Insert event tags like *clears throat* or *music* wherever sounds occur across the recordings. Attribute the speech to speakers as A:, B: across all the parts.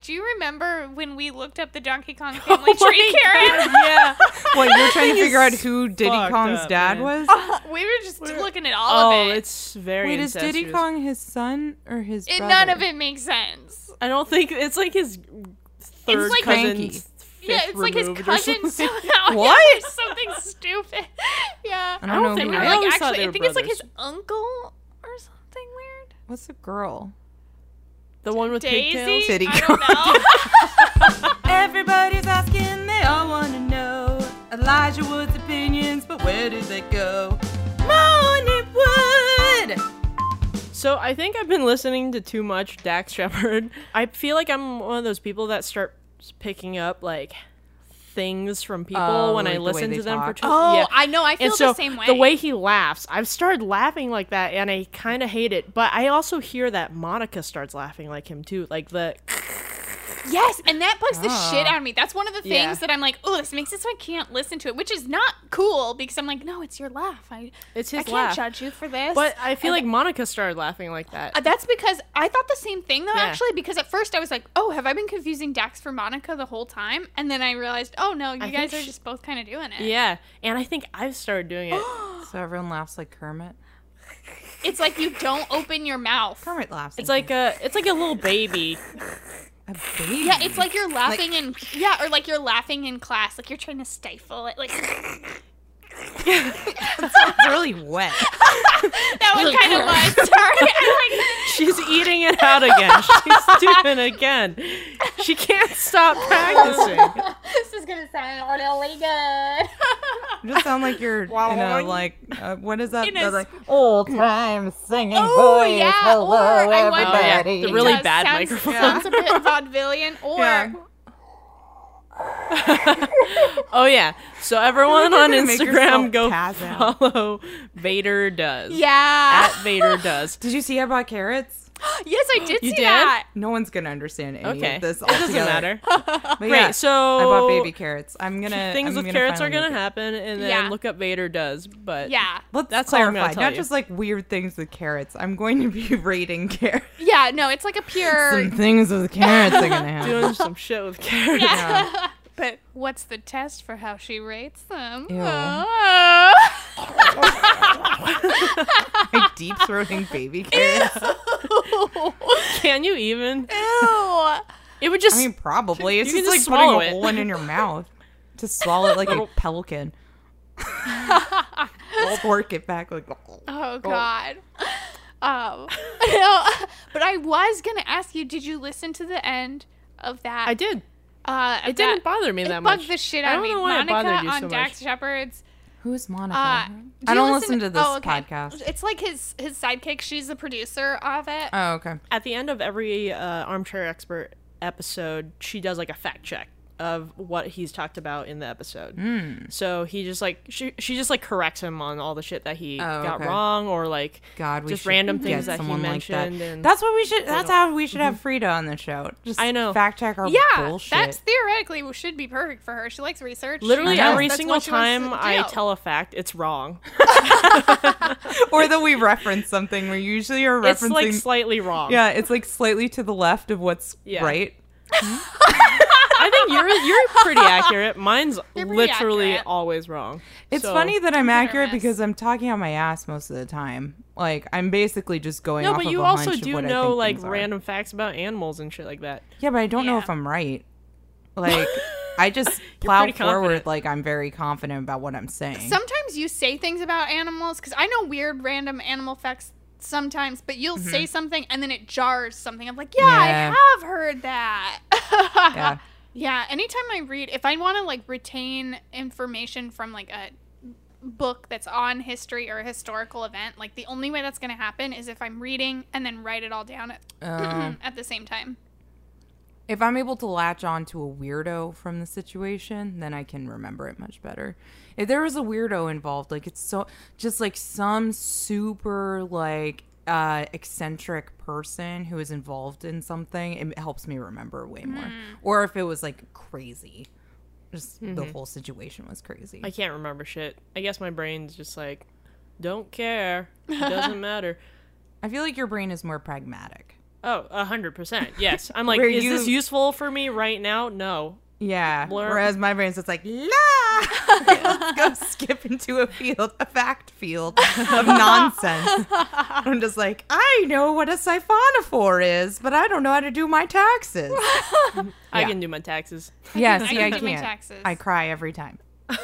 A: Do you remember when we looked up the Donkey Kong family tree, *laughs* Karen?
B: yeah.
C: What
A: *laughs*
C: you're trying to figure out who Diddy
B: fucked
C: Kong's
B: up,
C: dad
B: man.
C: was?
A: we were just looking at all
B: Oh,
A: of it.
B: it's very.
C: Wait, is Diddy
B: incestuous.
C: Kong his son or his
A: it
C: brother?
A: none of it makes sense.
B: I don't think it's like his third
A: like-
B: cousin's.
C: Cranky.
B: fifth
A: Yeah, it's like his
B: removed or
A: cousin
B: something.
A: *laughs*
B: *laughs*
A: somehow.
C: What?
A: Yeah, something stupid. *laughs* Yeah.
C: I
B: I don't
C: don't, know.
B: think
C: who
A: Or
B: I
C: that-
A: like
B: always thought
A: actually,
B: they
A: I
B: were
A: think it's like his
B: brothers.
A: uncle or something weird.
C: What's the girl?
B: The one with
A: Daisy.
B: pigtails.
C: Titty
A: I don't know. *laughs*
C: Everybody's asking, they all want to know Elijah Wood's opinions, but where did they go? Moni Wood!
B: So I think I've been listening to too much Dax Shepard. I feel like I'm one of those people that start picking up like things from people
C: Oh,
B: when I
C: like the way
B: listen
C: they
B: to them for
C: talk.
B: two.
A: Oh,
B: yeah.
A: I know. I feel
B: and so
A: the same way.
B: way he laughs, I've started laughing like that, and I kind of hate it. But I also hear that Monica starts laughing like him too, like the
A: yes, and that bugs the
C: Ah.
A: shit out of me. That's one of the things
B: Yeah.
A: that I'm like, oh, this makes it so I can't listen to it, which is not cool because I'm like, no, it's your laugh. I,
B: it's
A: I
B: his
A: can't
B: laugh.
A: judge you for this.
B: But I feel
A: And-
B: like Monica started laughing like that.
A: Uh, That's because I thought the same thing though,
B: Yeah.
A: actually. Because at first I was like, "Oh, have I been confusing Dax for Monica the whole time?" And then I realized, "Oh no, you
B: think
A: guys are
B: she-
A: just both kind of doing it."
B: yeah, and I think I've started doing
C: *gasps*
B: it.
C: So everyone laughs like Kermit.
A: It's like you don't open your mouth.
C: Kermit laughs.
B: It's like a it's like a little baby.
C: a baby.
A: Yeah, it's like you're laughing in yeah, or like you're laughing in class, like you're trying to stifle it. Like *laughs*
C: it's really wet.
A: that one kind
B: *laughs*
A: of was. Sorry, I'm like
B: She's eating it out
C: *laughs*
B: again. She's doing it again. She can't stop
C: *laughs*
B: practicing. *laughs*
A: this is gonna sound really good.
C: You just sound
A: *laughs*
C: like you're, you know, like, uh, what is that?
A: In a
C: They're like,
A: sp-
C: old time singing
A: *laughs* Oh,
C: voice,
A: yeah,
C: hello
A: or I want- Oh, yeah,
C: everybody.
B: the really
A: Does-
B: bad
A: sounds,
B: microphone.
A: Sounds
B: *laughs*
A: a bit vaudevillian, or
C: Yeah.
B: Oh yeah. So everyone on
C: gonna make
B: Instagram
C: yourself
B: go
C: pass out.
B: follow Vader does.
A: yeah. *laughs*
B: At Vader
C: *laughs*
B: does.
C: Did you see I bought carrots?
A: yes, I did
B: You
A: see
B: did?
A: that.
C: No one's gonna understand any
B: Okay.
C: of this.
B: it doesn't
C: altogether.
B: matter.
C: *laughs* But
B: Great.
C: yeah,
B: so
C: I bought baby carrots. I'm gonna
B: things
C: I'm
B: with
C: gonna
B: carrots are
C: finally
B: gonna
C: make it.
B: happen, and then
A: Yeah.
B: look up Vader does. But
A: Yeah.
C: Let's
B: That's all I'm
C: clarify,
B: gonna tell
C: not
B: you.
C: just like weird things with carrots. I'm going to be *laughs* rating carrots.
A: Yeah, no, it's like a pure.
C: *laughs* Some things with carrots are gonna happen.
B: doing some shit
C: *laughs*
B: with carrots.
A: Yeah. but what's the test for how she rates them?
C: Ew.
A: Oh.
C: like deep throating
B: *laughs*
C: baby carrots.
B: Can you even?
A: Ew.
B: It would just.
C: I mean, probably it's
B: You can
C: just like
B: just
C: putting
B: swallow
C: a
B: it.
C: whole one in your mouth. Just swallow it like a pelican. Squirt it back like.
A: *laughs*
B: Uh,
A: Oh God.
C: *laughs*
A: Um, no, but I was gonna ask you. Did you listen to the end of that?
B: I did.
A: Uh,
B: It didn't bother me
A: it
B: that
A: bugged
B: much.
A: the shit
B: I
A: out of
B: don't
A: me.
B: know why it bothered
A: Monica
B: you
A: on
B: so Uh-huh.
A: Dax Shepherd's.
C: Who's Monica?
A: Uh, do
C: I
A: you
C: don't listen, to this
A: oh, okay.
C: podcast.
A: It's like his his sidekick. She's the producer of it.
C: Oh, okay.
B: At the end of every uh, armchair expert episode, she does like a fact check of what he's talked about in the episode.
C: Hmm.
B: So he just like she she just like corrects him on all the shit that he
C: Oh,
B: got
C: okay.
B: wrong or like
C: God, we
B: just
C: should
B: random
C: get
B: things that he
C: someone like that.
B: mentioned. And Mm-hmm.
C: That's what we should. That's how we should have Frida on the show. Just
B: I know.
C: Fact check our
A: yeah,
C: bullshit.
A: that's theoretically should be perfect for her. She likes research.
B: literally
A: She knows
B: every
A: that's
B: single
A: what she wants
B: time
A: to
B: I
A: do.
B: tell a fact, it's wrong.
C: *laughs* or that we reference something. We usually are referencing.
B: it's like slightly wrong.
C: yeah, it's like slightly to the left of what's
B: Yeah.
C: right.
B: I think you're you're pretty accurate.
C: *laughs*
B: Mine's
A: pretty
B: literally
A: accurate.
B: always wrong.
C: It's
B: So-
C: funny that I'm accurate
A: miss.
C: because I'm talking on my ass most of the time. Like I'm basically just going.
B: No,
C: off
B: but
C: of
B: you
C: a
B: also
C: hunch of
B: do
C: what I
B: know
C: think
B: like
C: things are.
B: random facts about animals and shit like that.
C: Yeah, but I don't know
A: Yeah.
C: if I'm
B: *laughs*
C: right. Like I just plow
B: pretty confident.
C: forward. Like I'm very confident about what I'm saying.
A: Sometimes you say things about animals because I know weird random animal facts sometimes, but you'll say
B: Mm-hmm.
A: something and then it jars something. I'm like, yeah,
C: Yeah.
A: I have heard that. *laughs* yeah.
C: yeah.
A: Anytime I read, if I want to like retain information from like a book that's on history or a historical event, like the only way that's going to happen is if I'm reading and then write it all down at, *clears throat*
C: Um,
A: at the same time.
C: if I'm able to latch on to a weirdo from the situation, then I can remember it much better. If there was a weirdo involved, like it's so just like some super like uh eccentric person who is involved in something, it helps me remember way more. Or if it was like crazy. Just the whole situation was crazy.
B: I can't remember shit. I guess my brain's just like,
C: *laughs*
B: don't care. It doesn't matter.
C: I feel like your brain is more pragmatic.
B: Oh, a hundred percent. Yes. I'm like,
C: Where
B: is this
C: you-
B: useful for me right now? No.
C: Yeah.
B: Blur.
C: Whereas my brain's just like,
A: *laughs*
C: la! *laughs* Let's go skip into a field, a fact field of nonsense.
A: *laughs*
C: I'm just like, I know what a siphonophore is, but I don't know how to do
A: *laughs*
C: my taxes.
B: I
C: Yeah.
B: can do my
C: *laughs*
B: taxes. *laughs*
C: yeah,
A: I
C: see,
A: can
C: I
A: do my
C: can't.
A: taxes.
C: I cry every time.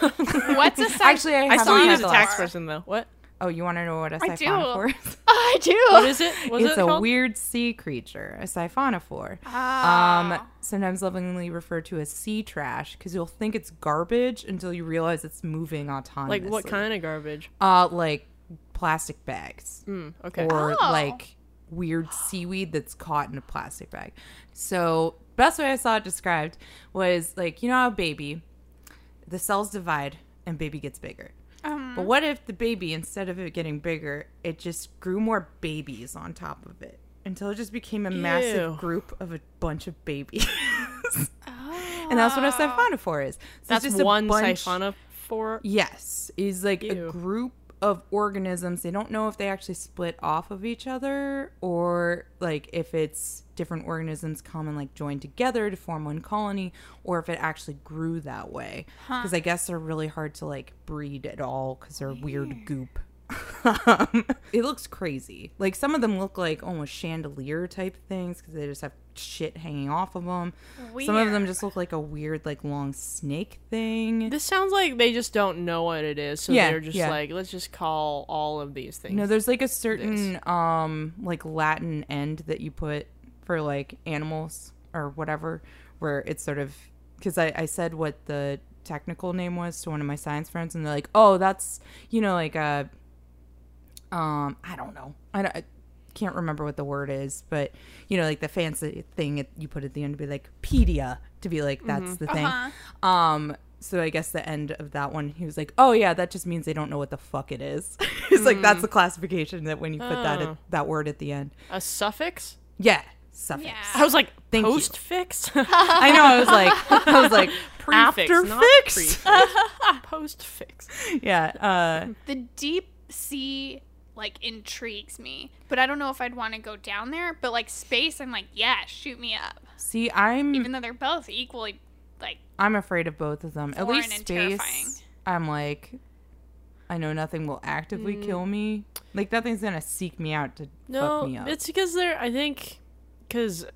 A: What's a siph-
C: Actually, I,
B: I
C: have
B: still
C: one
B: use
C: other
B: a
A: Handle.
B: tax
C: one.
B: person though. What?
C: Oh, you want to know what a
A: I do.
C: siphonophore is?
A: *laughs* I do.
B: What is it? What is
C: it's
B: it
C: a
B: called?
C: weird sea creature, a siphonophore.
A: Oh.
C: Um, sometimes lovingly referred to as sea trash because you'll think it's garbage until you realize it's moving autonomously.
B: like what kind of garbage?
C: Uh, like plastic bags
B: Mm, okay.
C: or
A: Oh.
C: like weird seaweed that's caught in a plastic bag. So best way I saw it described was like you know how a baby, the cells divide and baby gets bigger.
A: Um,
C: But what if the baby, instead of it getting bigger, it just grew more babies on top of it until it just became a
B: Ew.
C: massive group of a bunch
B: *laughs*
C: of babies? *laughs* and that's what a siphonophore is. So it's
B: That's
C: just a
B: one
C: bunch-
B: siphonophore.
C: Yes, is like
B: Ew.
C: a group of organisms. They don't know if they actually split off of each other or like if it's different organisms come and like join together to form one colony or if it actually grew that way. Because I guess they're really hard to like breed at all because they're weird goop. *laughs* Um, it looks crazy. Like some of them look like almost chandelier type things because they just have shit hanging off of them. Some of them
A: Weird.
C: just look like a weird like long snake thing.
B: This sounds like they just don't know what it is, so
C: Yeah,
B: they're just
C: yeah.
B: like, let's just call all of these things.
C: No, there's like a certain um like Latin end that you put for like animals or whatever, where it's sort of because I, I said what the technical name was to one of my science friends, and they're like, oh, that's you know like uh, a um I don't know I, don't- I can't remember what the word is, but you know like the fancy thing that you put at the end to be like pedia to be like that's
B: Mm-hmm.
C: the thing.
B: Uh-huh.
C: Um, so I guess the end of that one, he was like, "Oh yeah, that just means they don't know what the fuck it is." *laughs* He's like, "That's the classification that when you put that
B: Mm. Oh.
C: at, that word at the end."
B: a suffix?
C: Yeah, suffix.
A: Yeah.
B: I was like,
C: Thank you.
B: postfix? *laughs*
C: I know. I was like, *laughs* I was like,
B: Prefix, not
C: afterfix.
B: *laughs* postfix.
C: *laughs* yeah. Uh,
A: The deep sea like intrigues me, but I don't know if I'd want to go down there. But like space, I'm like, yeah, shoot me up.
C: see, I'm
A: Even though they're both equally like
C: I'm afraid of both of them. At
A: Foreign
C: least
A: and
C: space.
A: terrifying.
C: I'm like, I know nothing will actively kill me. Like nothing's gonna seek me out to fuck
B: Mm. No,
C: me up.
B: it's because there. I think because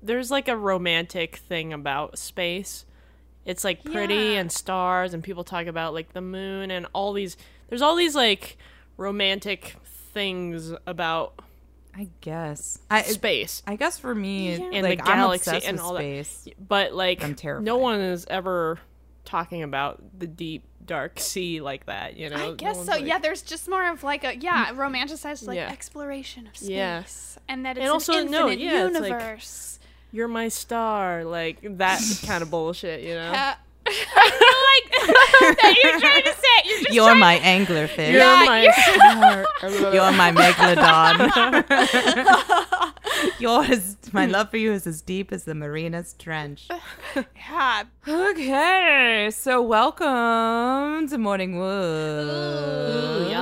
B: there's like a romantic thing about space. It's like pretty
A: Yeah.
B: and stars, and people talk about like the moon and all these. There's all these like romantic things about
C: I guess. I
B: space,
C: I guess for me,
B: And the
C: like I'm
B: galaxy
C: obsessed
B: and
C: with
B: all that.
C: space.
B: but like
C: I'm terrified.
B: no one is ever talking about the deep dark sea like that. You know,
A: I
B: No
A: guess
B: one's
A: so.
B: like-
A: yeah, there's just more of like a yeah, romanticized like
B: Yeah.
A: exploration of space,
B: Yeah.
A: and that it's
B: And also,
A: an
B: no,
A: infinite
B: yeah, it's like-
A: universe.
B: You're my star, like that kind of bullshit. You know.
A: Uh, I don't *laughs* like *laughs* that you're trying to say. You're just
C: You're
A: trying-
C: my anglerfish.
B: You're
A: Yeah,
B: Oh my
C: *laughs*
B: star.
C: You're my
B: *laughs*
C: megalodon. Yours, my love for you is as deep as the marina's
B: *laughs*
C: trench.
A: yeah.
C: Okay, so welcome to Morning Wood.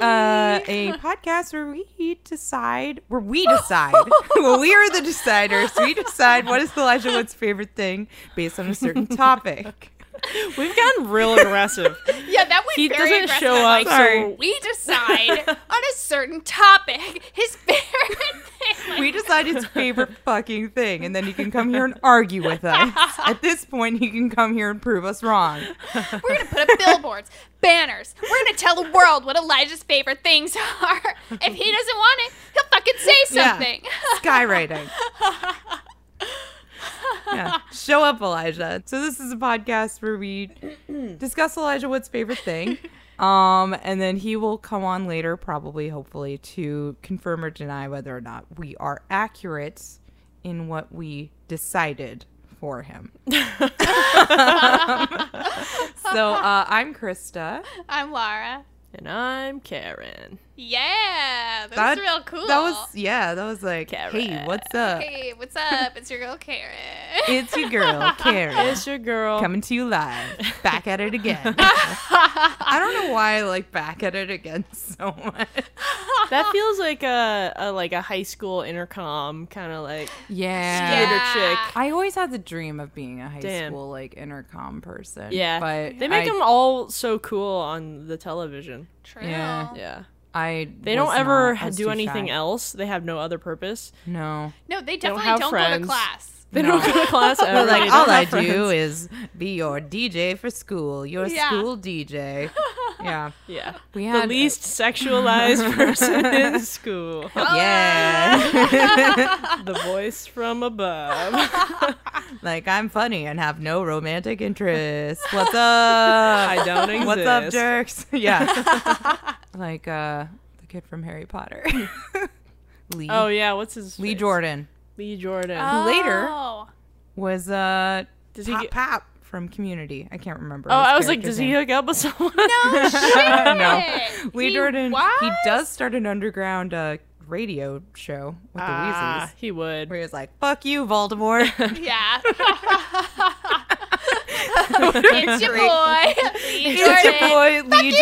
C: Uh, a podcast where we decide, where we decide, well, we are the deciders. We decide what is Elijah Wood's favorite thing based on a certain topic.
B: We've gotten real aggressive.
A: Yeah, that went
B: He
A: very
B: doesn't
A: aggressive.
B: show
A: I'm Like,
B: up, Sorry. so-
A: *laughs* we decide on a certain topic. His *laughs* favorite thing. Like,
C: We decide his favorite fucking thing, and then he can come here and argue with us. At this point, he can come here and prove us wrong.
A: we're gonna put up billboards, banners. We're gonna tell the world what Elijah's favorite things *laughs* are. If he doesn't want it, he'll fucking say
C: Yeah.
A: something. *laughs*
C: Skywriting. Yeah. Show up, Elijah. So this is a podcast
A: *clears throat*
C: where we discuss Elijah Wood's favorite thing. Um, and then he will come on later, probably, hopefully, to confirm or deny whether or not we are accurate in what we decided
A: *laughs*
C: for him.
B: *laughs*
C: so uh, I'm Krista.
A: I'm Lara.
B: and I'm Karen.
A: Yeah, that,
C: That-
A: was real cool.
C: That was uh, yeah. That was like, hey, what's up?
A: Hey, what's up? It's your girl Karen. *laughs*
C: It's your girl, Karen,
B: It's your girl.
C: coming to you live. Back at it again. *laughs* I don't know why I like back at it again *laughs* so much.
B: That feels like a, a like a high school intercom kind of like
C: Yeah.
B: theater chick.
C: I always had the dream of being a high
B: Damn.
C: school like intercom person.
B: Yeah,
C: but
B: they make
C: I,
B: them all so cool on the television.
A: True.
C: Yeah.
B: Yeah,
C: I
B: they
C: was
B: don't ever
C: not- I was
B: do
C: too
B: anything
C: shy.
B: else. They have no other purpose.
C: No,
A: No, they
B: don't
A: definitely
B: have
A: don't, go to
B: friends.
A: class.
B: They
C: No.
B: don't go to *laughs* class ever.
C: But
B: They
C: like
B: don't
C: all I
B: have friends.
C: do is be your DJ for school, your
A: Yeah.
C: school
B: *laughs*
C: DJ. Yeah,
B: Yeah,
C: we
B: the
C: had uh,
B: least *laughs* sexualized person in school.
C: Yeah,
B: the voice from above.
C: *laughs* like I'm funny and have no romantic interest.
B: *laughs*
C: What's up?
B: I don't exist.
C: *laughs* What's
B: *laughs*
C: up, jerks? Yeah, *laughs* like uh, the kid from Harry Potter, *laughs* Lee.
B: Oh yeah, what's his
C: Lee
B: face?
C: Jordan
B: Lee Jordan.
A: Oh.
C: Later. *laughs* was uh,
B: does he?
C: pop,
B: Get,
C: pop from Community. I can't remember.
B: oh,
C: his
B: I was like,
C: character's
B: does he
C: name. *laughs*
B: hook *laughs* up with someone?
A: No shit.
C: Lee
A: He
C: Jordan. He
A: was?
C: does start an underground uh, radio show with the
B: *laughs*
C: Weasleys.
B: ah, he would.
C: Where he was like, "Fuck
B: *laughs*
C: you, Voldemort." *laughs*
A: Yeah. it's your boy. Lee
C: It's your
A: Jordan.
C: boy Lee
A: Fuck you,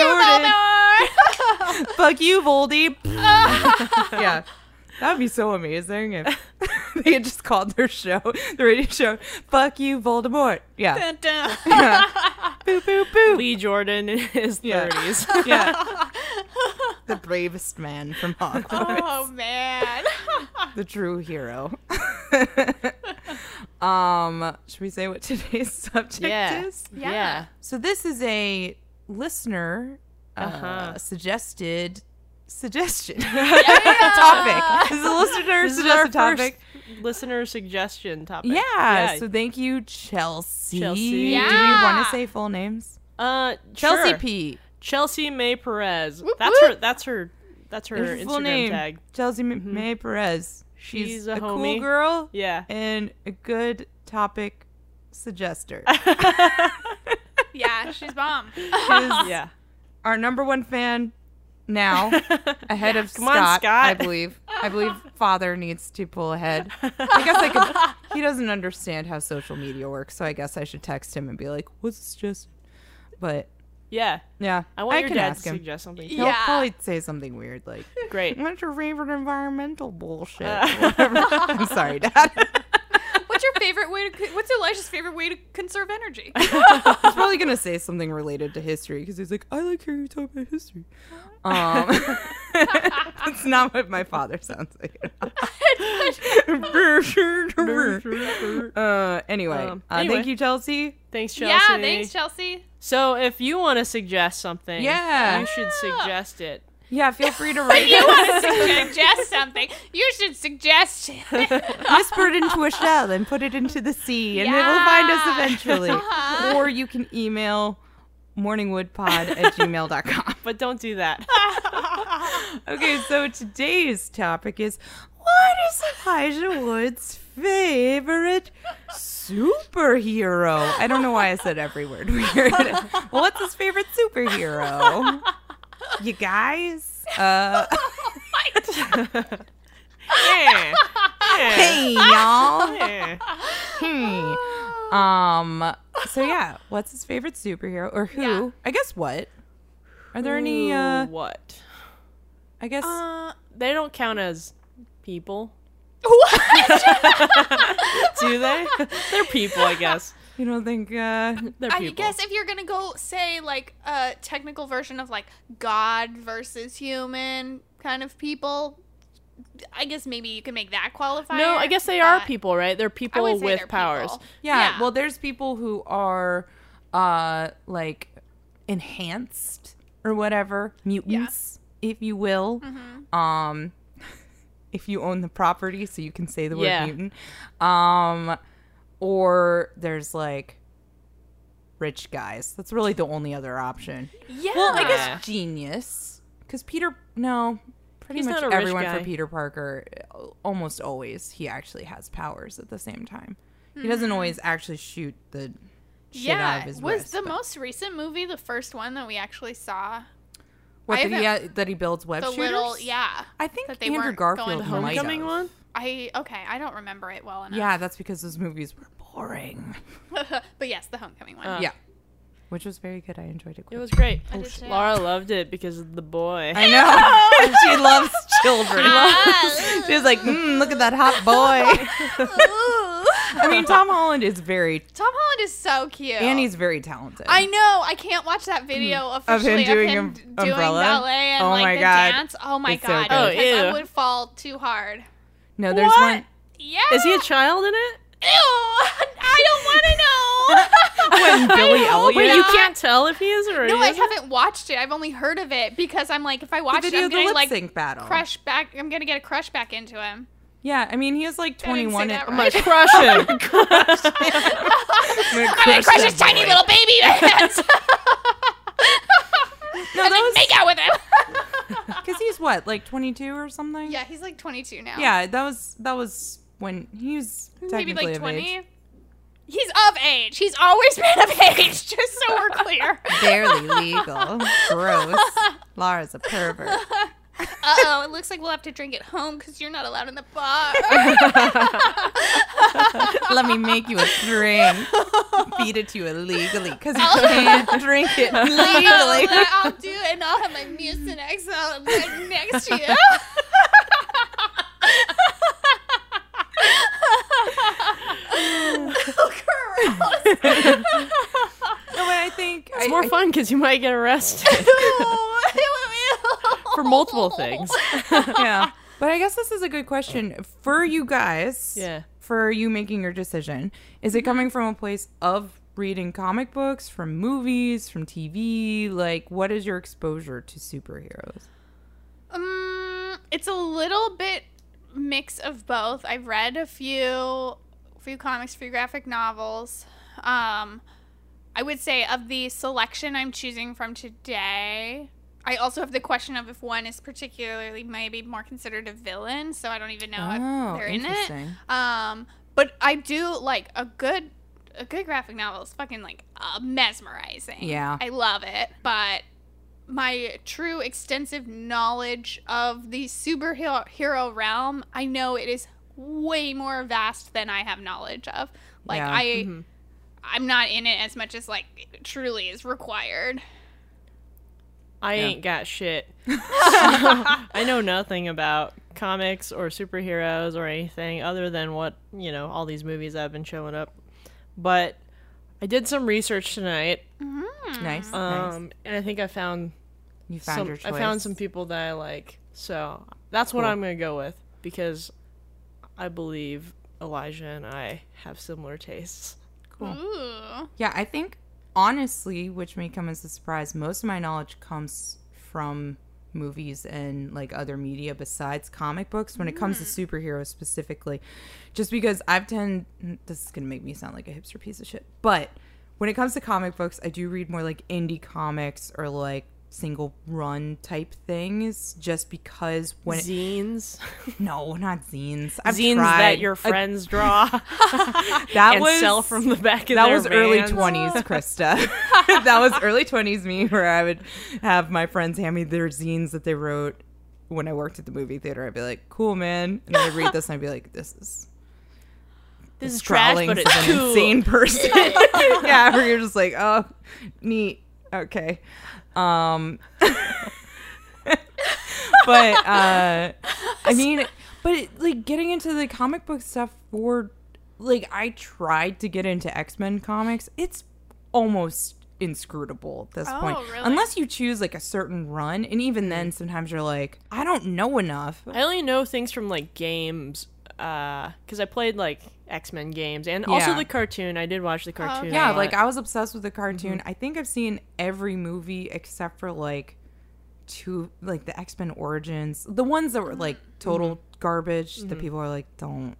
C: Jordan.
A: Voldemort.
C: Fuck you, Voldy. *laughs* yeah, that'd be so amazing if *laughs* they had just called their show, the radio show, "Fuck you, Voldemort." Yeah,
A: Dun, dun.
C: *laughs* yeah. boo, boo, boo.
B: Lee Jordan *laughs* in his
C: *laughs* Yeah.
B: thirties.
C: Yeah, the bravest man from
A: *laughs*
C: Hogwarts.
A: Oh man.
C: the true hero. *laughs* um, should we say what *laughs* today's subject is?
A: Yeah.
C: So this is a listener uh,
B: Uh-huh.
C: suggested suggestion *laughs* topic. This is a listener
B: This is our
C: suggested
B: topic.
C: topic.
B: listener suggestion topic.
C: Yeah,
B: Yeah.
C: So thank you, Chelsea.
B: Chelsea.
C: Do we want
A: Yeah.
C: to say full names?
B: uh,
C: Chelsea
B: sure.
C: P.
B: Chelsea May Perez.
A: Whoop,
B: that's
A: whoop.
B: her. That's her. That's her
C: There's her
B: Instagram
C: full name.
B: tag. Mm-hmm.
C: Chelsea M- May Perez. She's,
B: She's a
C: cool
B: homie.
C: girl
B: Yeah.
C: *laughs* and a good topic suggester.
A: Yeah, she's bomb. *laughs*
B: *laughs*
C: She's
B: yeah. *laughs*
C: our number one fan now, ahead of
B: Come on,
C: Scott, I
B: Scott.
C: believe.
B: *laughs*
C: I believe father needs to pull ahead. I guess I could. He doesn't understand how social media works, so I guess I should text him and be like, "What's this just?" But
B: Yeah.
C: yeah,
B: I want your
C: can
B: dad to
C: ask him.
B: suggest something.
C: He'll
A: Yeah.
C: probably say something weird like,
A: *laughs*
C: *laughs*
B: Great. *laughs*
C: "What's your favorite environmental bullshit?"
A: Uh.
C: or whatever. *laughs* I'm sorry, Dad.
A: What's your favorite way to? What's Elijah's favorite way to conserve
B: *laughs*
A: energy?
C: He's probably gonna say something related to history because he's like, "I like hearing you talk about history." Um, *laughs* that's not what my father sounds like.
A: *laughs*
C: uh, anyway,
B: Um,
C: uh,
B: anyway.
C: thank you, Chelsea.
B: Thanks, Chelsea.
A: yeah, thanks, Chelsea.
B: So if you want to suggest something,
C: Yeah.
B: you should suggest it.
C: Yeah, feel free
A: *laughs*
C: to write
A: You want to suggest something? You should suggest.
B: *laughs*
A: Oh
C: whisper it into a shell and put it into the sea, and it will find us
A: Yeah.
C: eventually. Or you can email morningwoodpod at gmail.com.
B: But don't
A: *laughs*
B: do that.
C: Okay, so today's topic is what is Elijah Wood's favorite superhero? I don't know why I said every word *laughs* weird. well, what's his favorite superhero? You guys? Uh,
B: yeah. Yeah.
C: hey, y'all. Hmm.
B: yeah.
C: Hey. Um, so yeah, what's his favorite superhero or who?
A: Yeah.
C: I guess what? Are there any
B: Ooh,
C: uh
B: what?
C: I guess
A: Um,
B: Uh, they don't count as people,
A: what? *laughs*
B: do they? They're people, I guess.
C: you don't think uh
B: They're
A: I
B: people.
A: guess if you're gonna go say like a technical version of like God versus human kind of people, I guess maybe you can make that qualify.
B: no, I guess they are people, right? They're people
A: would say
B: with
A: they're
B: powers.
A: people.
C: Yeah,
A: Yeah.
C: Well, there's people who are uh like enhanced or whatever, mutants, if you will. Um *laughs* if you own the property so you can say the word
B: Yeah.
C: mutant. Um or there's like rich guys. That's really the only other option.
A: Yeah.
C: Well, I
B: Yeah.
C: guess genius cuz Peter no Pretty
B: He's
C: much
B: not a rich
C: everyone for
B: guy.
C: Peter Parker, uh, almost always, he actually has powers at the same time. He
A: Mm-hmm.
C: doesn't always actually shoot the shit out of his
A: was
C: wrist.
A: the
C: but-
A: most recent movie the first one that we actually saw?
C: What
A: I
C: that he
A: haven't-
C: ha- that he builds web
A: the
C: shooters?
A: little yeah.
C: I think
A: that they
C: Andrew
A: weren't going
C: Garfield
A: to
C: might
B: Homecoming
C: have.
B: one?
A: I okay, I don't remember it well enough.
C: Yeah, that's because those movies were boring.
A: Yeah. *laughs* but yes, the homecoming one.
B: Uh,
C: Yeah, which was very good. I enjoyed
B: It
C: it. quite
B: was great.
A: I did too.
B: Laura loved it because of the boy.
C: I know. *laughs* she loves children.
A: Ah,
C: *laughs* she was like, mm, look at that hot boy.
A: *laughs* Ooh.
C: I mean, Tom Holland is very,
A: *laughs* Tom Holland is so cute.
C: and he's very talented.
A: I know. I can't watch that video
C: Mm. him
A: officially of him
C: doing
A: doing,
C: um- Umbrella?
A: ballet and
C: Oh
A: like
C: my
A: the
C: God.
A: dance. Oh my
C: It's so
A: god!
C: good. Oh,
A: because I
B: ew.
A: would fall too hard.
C: No, there's
B: What?
C: one.
A: Yeah.
B: Is
A: *laughs*
B: he a child in it?
A: Ew!
C: *laughs*
A: I don't want to know.
C: Billy
A: *laughs* I
C: Elliot?
A: hope
B: Wait, you
A: not.
B: can't tell if he is or
A: Oh No,
B: he
A: I
B: isn't?
A: haven't watched it. I've only heard of it because I'm like, if I
C: The
A: watch it,
C: video
A: I'm
C: of the lip
A: gonna like
C: sync battle.
A: crush back. I'm gonna get a crush back into him.
C: Yeah, I mean, he was like
A: I didn't say
C: 21.
A: that
C: and- *laughs*
A: right. *laughs*
B: I crush him.
C: I'm
A: I'm gonna crush
C: that
A: his tiny
C: boy.
A: little
C: *laughs*
A: baby hands. and then *laughs*
C: was-
A: make out
C: *laughs*
A: with him.
C: Because he's what, like 22 or something?
A: yeah, he's like 22 now.
C: Yeah, that was that was when he was
A: maybe
C: technically
A: like
C: of
A: 20.
C: age.
A: He's of age. He's always *laughs* been of age. Just so we're
C: *laughs*
A: clear.
C: Barely
A: *laughs*
C: legal. Gross. Lara's a pervert.
A: Uh oh, it looks like we'll have to drink at home because you're not allowed in the bar.
C: Let me make you a drink. Feed it to you illegally because you
A: *laughs*
C: can't drink it *laughs* legally.
A: I'll, I'll do it and I'll have my Mucinex out right next to you. *laughs* Oh, *laughs*
C: No, but I think
B: It's
C: I-
B: more
C: I-
B: fun because you might get
A: *laughs*
B: arrested for multiple things.
C: yeah. *laughs* But I guess this is a good question for you guys.
B: Yeah.
C: For you making your decision, is it coming from a place of reading comic books, from movies, from TV? Like, what is your exposure to superheroes?
A: Um, it's a little bit mix of both. I've read a few, few comics, few graphic novels. Um, I would say of the selection I'm choosing from today. I also have the question of if one is particularly maybe more considered a villain, so I don't even know
C: Oh,
A: if Oh, they're in it. Um, but I do like a good a good graphic novel is fucking like uh, mesmerizing.
C: Yeah.
A: I love it. But my true extensive knowledge of the superhero hero realm, I know it is way more vast than I have knowledge of. Like
C: Yeah. mm-hmm.
A: I.
B: Mhm.
A: I'm not in it as much as like truly is required.
B: I
C: Yeah.
B: ain't got
C: *laughs*
B: shit. *laughs* I know nothing about comics or superheroes or anything other than what, you know, all these movies that have been showing up. But I did some research tonight.
A: Hmm.
C: Nice. nice.
B: Um, And I think I found,
C: You found
B: some,
C: your choice.
B: I found some people that I like. So that's what
C: Cool.
B: I'm going to go with because I believe Elijah and I have similar tastes.
C: Cool.
A: Ooh.
C: Yeah, I think honestly, which may come as a surprise, most of my knowledge comes from movies and like other media besides comic books when it comes to
B: Mm.
C: superheroes specifically. Just because I've tend this is gonna make me sound like a hipster piece of shit. But when it comes to comic books, I do read more like indie comics or like single run type things just because
B: *laughs*
C: when it,
B: Zines.
C: *laughs* no not zines I've
B: zines
C: tried.
B: that your
C: A-
B: friends
C: *laughs*
B: draw
C: that
B: and
C: was
B: sell from the back of
C: that
B: their
C: was early
B: vans. *laughs*
C: 20s krista *laughs* that was early 20s me where i would have my friends hand me their zines that they wrote when i worked at the movie theater i'd be like cool man and i'd read this and i'd be like this is
B: This is trash,
C: scrawlings
B: but
C: of
B: it's
C: an
B: cool.
C: insane person *laughs* yeah where you're just like oh neat okay um *laughs* but uh
B: *laughs*
C: I mean, but it, like getting into the comic book stuff for like I tried to get into X Men comics. It's almost inscrutable at this
A: Oh,
C: point,
A: really?
C: unless you choose like a certain run, and even then,
B: Mm-hmm.
C: sometimes you're like, I don't know enough.
B: *laughs* I only know things from like games, because I played like X Men games and also
C: Yeah. Uh,
B: the cartoon. I did watch the
A: okay.
B: cartoon. a
C: Yeah,
B: lot.
C: like I was obsessed with the cartoon.
A: Mm-hmm.
C: I think I've seen every movie except for like two, like the X Men Origins, the ones that were like
A: Mm-hmm.
C: total garbage. That people are like, don't.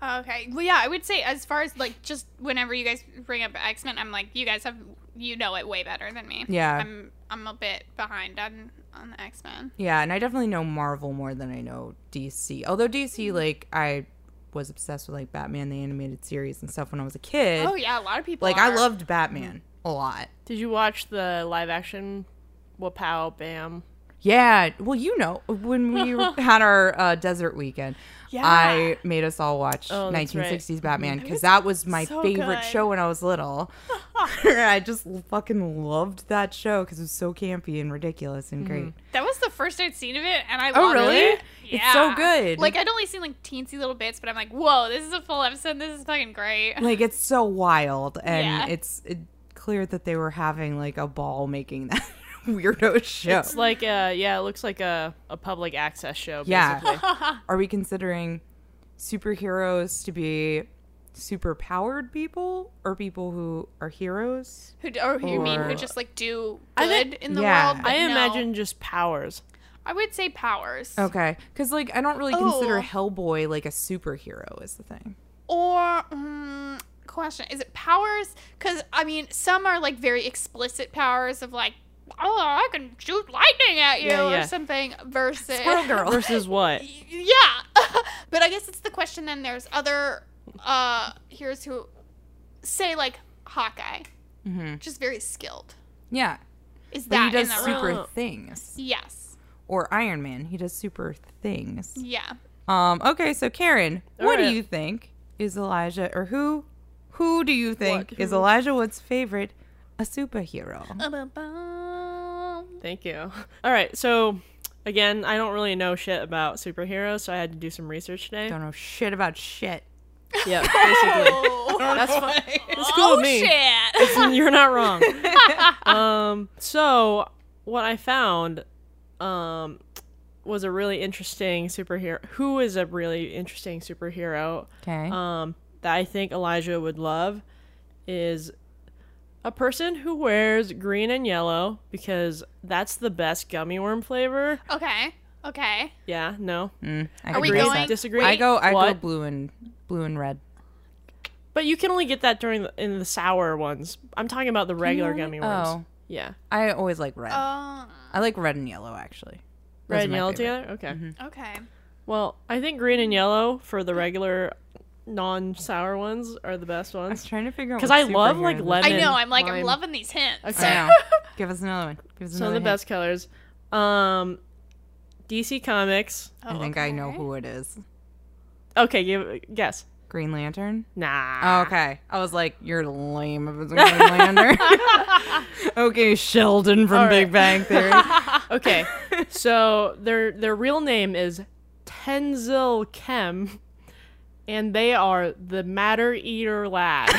A: Okay. Well, yeah, I would say as far as like just whenever you guys bring up X Men, I'm like, you guys have you know it way better than me.
C: Yeah.
A: I'm I'm a bit behind on on the X Men.
C: Yeah, and I definitely know Marvel more than I know DC. Although
A: Mm-hmm.
C: DC, like, I was obsessed with like Batman the animated series and stuff when I was a kid.
A: Oh yeah, a lot of people
C: like,
A: are.
C: I loved Batman a lot.
B: Did you watch the live action? Wapow Bam!
C: Yeah. Well, you know, when we had our uh, desert weekend,
A: Yeah.
C: I made us all watch
B: Oh, that's right.
C: 1960s Batman because that was my
A: so
C: favorite
A: good.
C: show when I was little. *laughs* I just fucking loved that show because it was so campy and ridiculous and great.
A: That was the first I'd seen of it, and I
C: Oh,
A: loved
C: really?
A: it.
C: It's so good.
A: Like I'd only seen like teensy little bits, but I'm like, whoa, this is a full episode. This is fucking great.
C: Like it's so wild, and
A: Yeah.
C: it's it, clear that they were having like a ball making *laughs* that weirdo show.
B: It's like a yeah, it looks like a, a public access show.
C: Yeah. *laughs*
B: Basically.
C: Are we considering superheroes to be superpowered people or people who are heroes?
A: Who d- or who you mean
C: Or-
A: who just like do
B: I
A: good
B: think-
A: in the
C: Yeah.
A: world? but
B: I
A: no.
B: imagine just powers.
A: I would say powers.
C: Okay, because like I don't really consider
A: Oh.
C: Hellboy like a superhero is the thing.
A: Or mm, question is it powers? Because I mean, some are like very explicit powers of like, oh, I can shoot lightning at you
B: Yeah,
A: or
B: yeah.
A: something. Versus
C: Squirrel
B: *laughs*
C: girl.
B: Versus
C: *laughs*
B: what?
A: *laughs* yeah *laughs* but i guess it's the question then there's other uh here's who say like hawkeye
C: hmm
A: just very skilled
C: Yeah,
A: is
C: but he
A: that in
C: does
A: that
C: super
A: realm?
B: realm.
C: things.
A: yes
C: Or Iron Man, he does super things.
A: yeah
C: Um. Okay, so Karen, what do
B: Alright.
C: you think is Elijah, or who, who do you think
B: What?
C: is
B: Who?
C: Elijah Wood's favorite, a superhero?
B: Thank you. All right, so again, I don't really know shit about superheroes, so I had to do some research today.
C: Don't know shit about shit. *laughs*
B: Yeah, basically.
A: oh,
B: That's fine. It's cool
A: oh
B: with me.
A: shit
B: *laughs* You're not
C: *laughs*
B: wrong. um, so what I found um, was a really interesting superhero. Who is a really interesting superhero?
C: Okay.
B: Um, that I think Elijah would love is a person who wears green and yellow because that's the best gummy worm flavor.
A: *laughs* okay okay
B: Yeah, no,
C: Mm, I
A: Are we
C: can raise
A: going-
C: that.
B: disagree.
A: Wait,
C: I go. I go
B: What?
C: blue and blue and red.
B: But you can only get that during the, in the sour ones. I'm talking about the regular gummy worms.
C: Oh,
B: Yeah,
C: I always like red.
A: um
C: I like red and yellow actually. Those
B: red
C: are
B: and
C: my
B: yellow
C: favorite. Mm-hmm.
B: together. Okay.
A: okay
B: Well, I think green and yellow for the regular non-sour ones are the best
C: I was
B: ones.
C: trying to figure out
B: Because
C: what
B: I love, like,
C: superhero-
B: lemon.
A: i know i'm like i'm
B: lime.
A: loving these hints
B: Okay.
C: I know. *laughs* Give us another one. Give us
B: Some of
C: another
B: the
C: hint.
B: best colors. Um DC Comics.
A: Oh,
C: I think I know
A: okay.
C: who it is.
B: Okay, give guess.
C: Green Lantern.
B: Nah.
C: Oh, okay. I was like, you're lame if it's Green Lantern. okay, Sheldon from
B: All right.
C: Big Bang Theory. Oh. *laughs*
B: Okay. so their their real name is Tenzil Kem and they are the Matter Eater
C: *laughs*
B: Lad.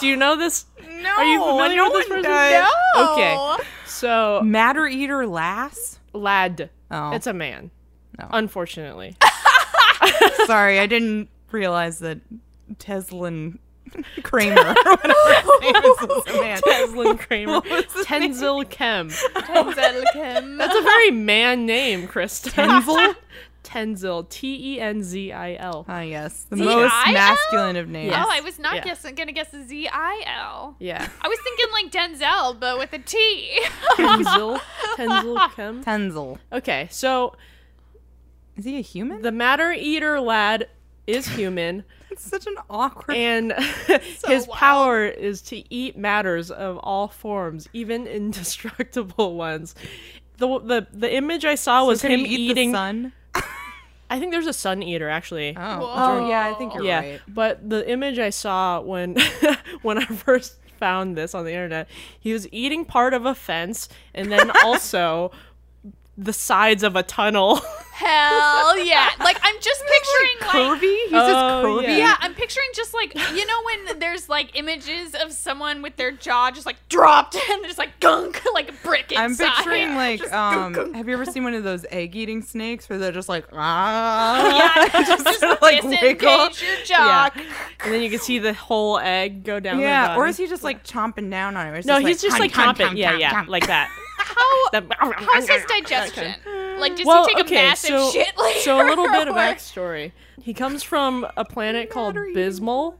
B: Do you know this?
C: no,
B: Are you familiar with this person?
A: No.
B: Okay. So
C: Matter Eater Lass.
B: lad.
C: Oh,
B: It's a man.
C: No.
B: Unfortunately.
C: sorry, I didn't realize that Teslan Kramer. *laughs* or whatever his name is, was a *laughs* man.
B: Teslin Kramer.
C: was his
B: Tenzil
C: *laughs*
B: Kem.
A: Denzel *laughs* Kim.
B: That's a very man name, Krista.
C: Tenzil?
B: *laughs* Tenzil. T E N Z I L.
C: Ah, yes, the
A: Z
C: most
A: I L?
C: masculine of names.
A: Oh, I was not
B: Yeah.
A: guessing, gonna guess Z I L.
B: Yeah.
A: I was thinking like Denzel, but with a T.
B: *laughs*
A: *laughs*
B: Tenzil. Tenzil Kem.
C: Tenzel.
B: Okay, so
C: Is he a human?
B: the Matter Eater lad is human,
C: That's such an awkward.
B: and *laughs* his
A: wild.
B: power is to eat matters of all forms, even *laughs* indestructible ones. The, the the image I saw was
C: Can
B: him
C: he eat
B: eating.
C: the sun?
B: I think there's a sun eater actually.
C: Oh.
A: Whoa.
C: oh, yeah, I think you're
B: yeah
C: right.
B: but the image i saw when *laughs* when i first found this on the internet he was eating part of a fence and
C: *laughs*
B: then also the sides of a tunnel *laughs*
A: Hell yeah! Like I'm just picturing like.
C: Curvy? He's
B: Oh,
C: just curvy.
B: yeah.
A: Yeah, I'm picturing just like you know when there's like images of someone with their jaw just like dropped *laughs* and just like gunk *laughs* like a brick inside.
C: I'm picturing like
A: Just
C: um.
A: gunk, gunk.
C: Have you ever seen one of those egg-eating snakes where they're just like
A: *laughs*
C: ah?
B: Oh,
A: *laughs* Yeah, just,
C: sort of, like,
A: disengage
C: wiggle.
A: your jaw.
B: and then you can see the whole egg go down the
C: Yeah,
B: bottom.
C: or is he just like chomping down on it? Or is
B: Oh no
C: this,
B: he's just
C: "Honk,
B: like
C: honk,
B: chomping
C: honk,
B: yeah
C: honk,
B: yeah
C: honk."
B: like
C: *laughs*
B: that
A: How
B: That-
A: how's
B: *laughs*
A: his digestion? Like does
B: Well,
A: he take
B: okay,
A: a massive
B: so,
A: shit *laughs* later?
B: so a little bit of
A: or-
B: backstory. He comes from a planet called Bismol,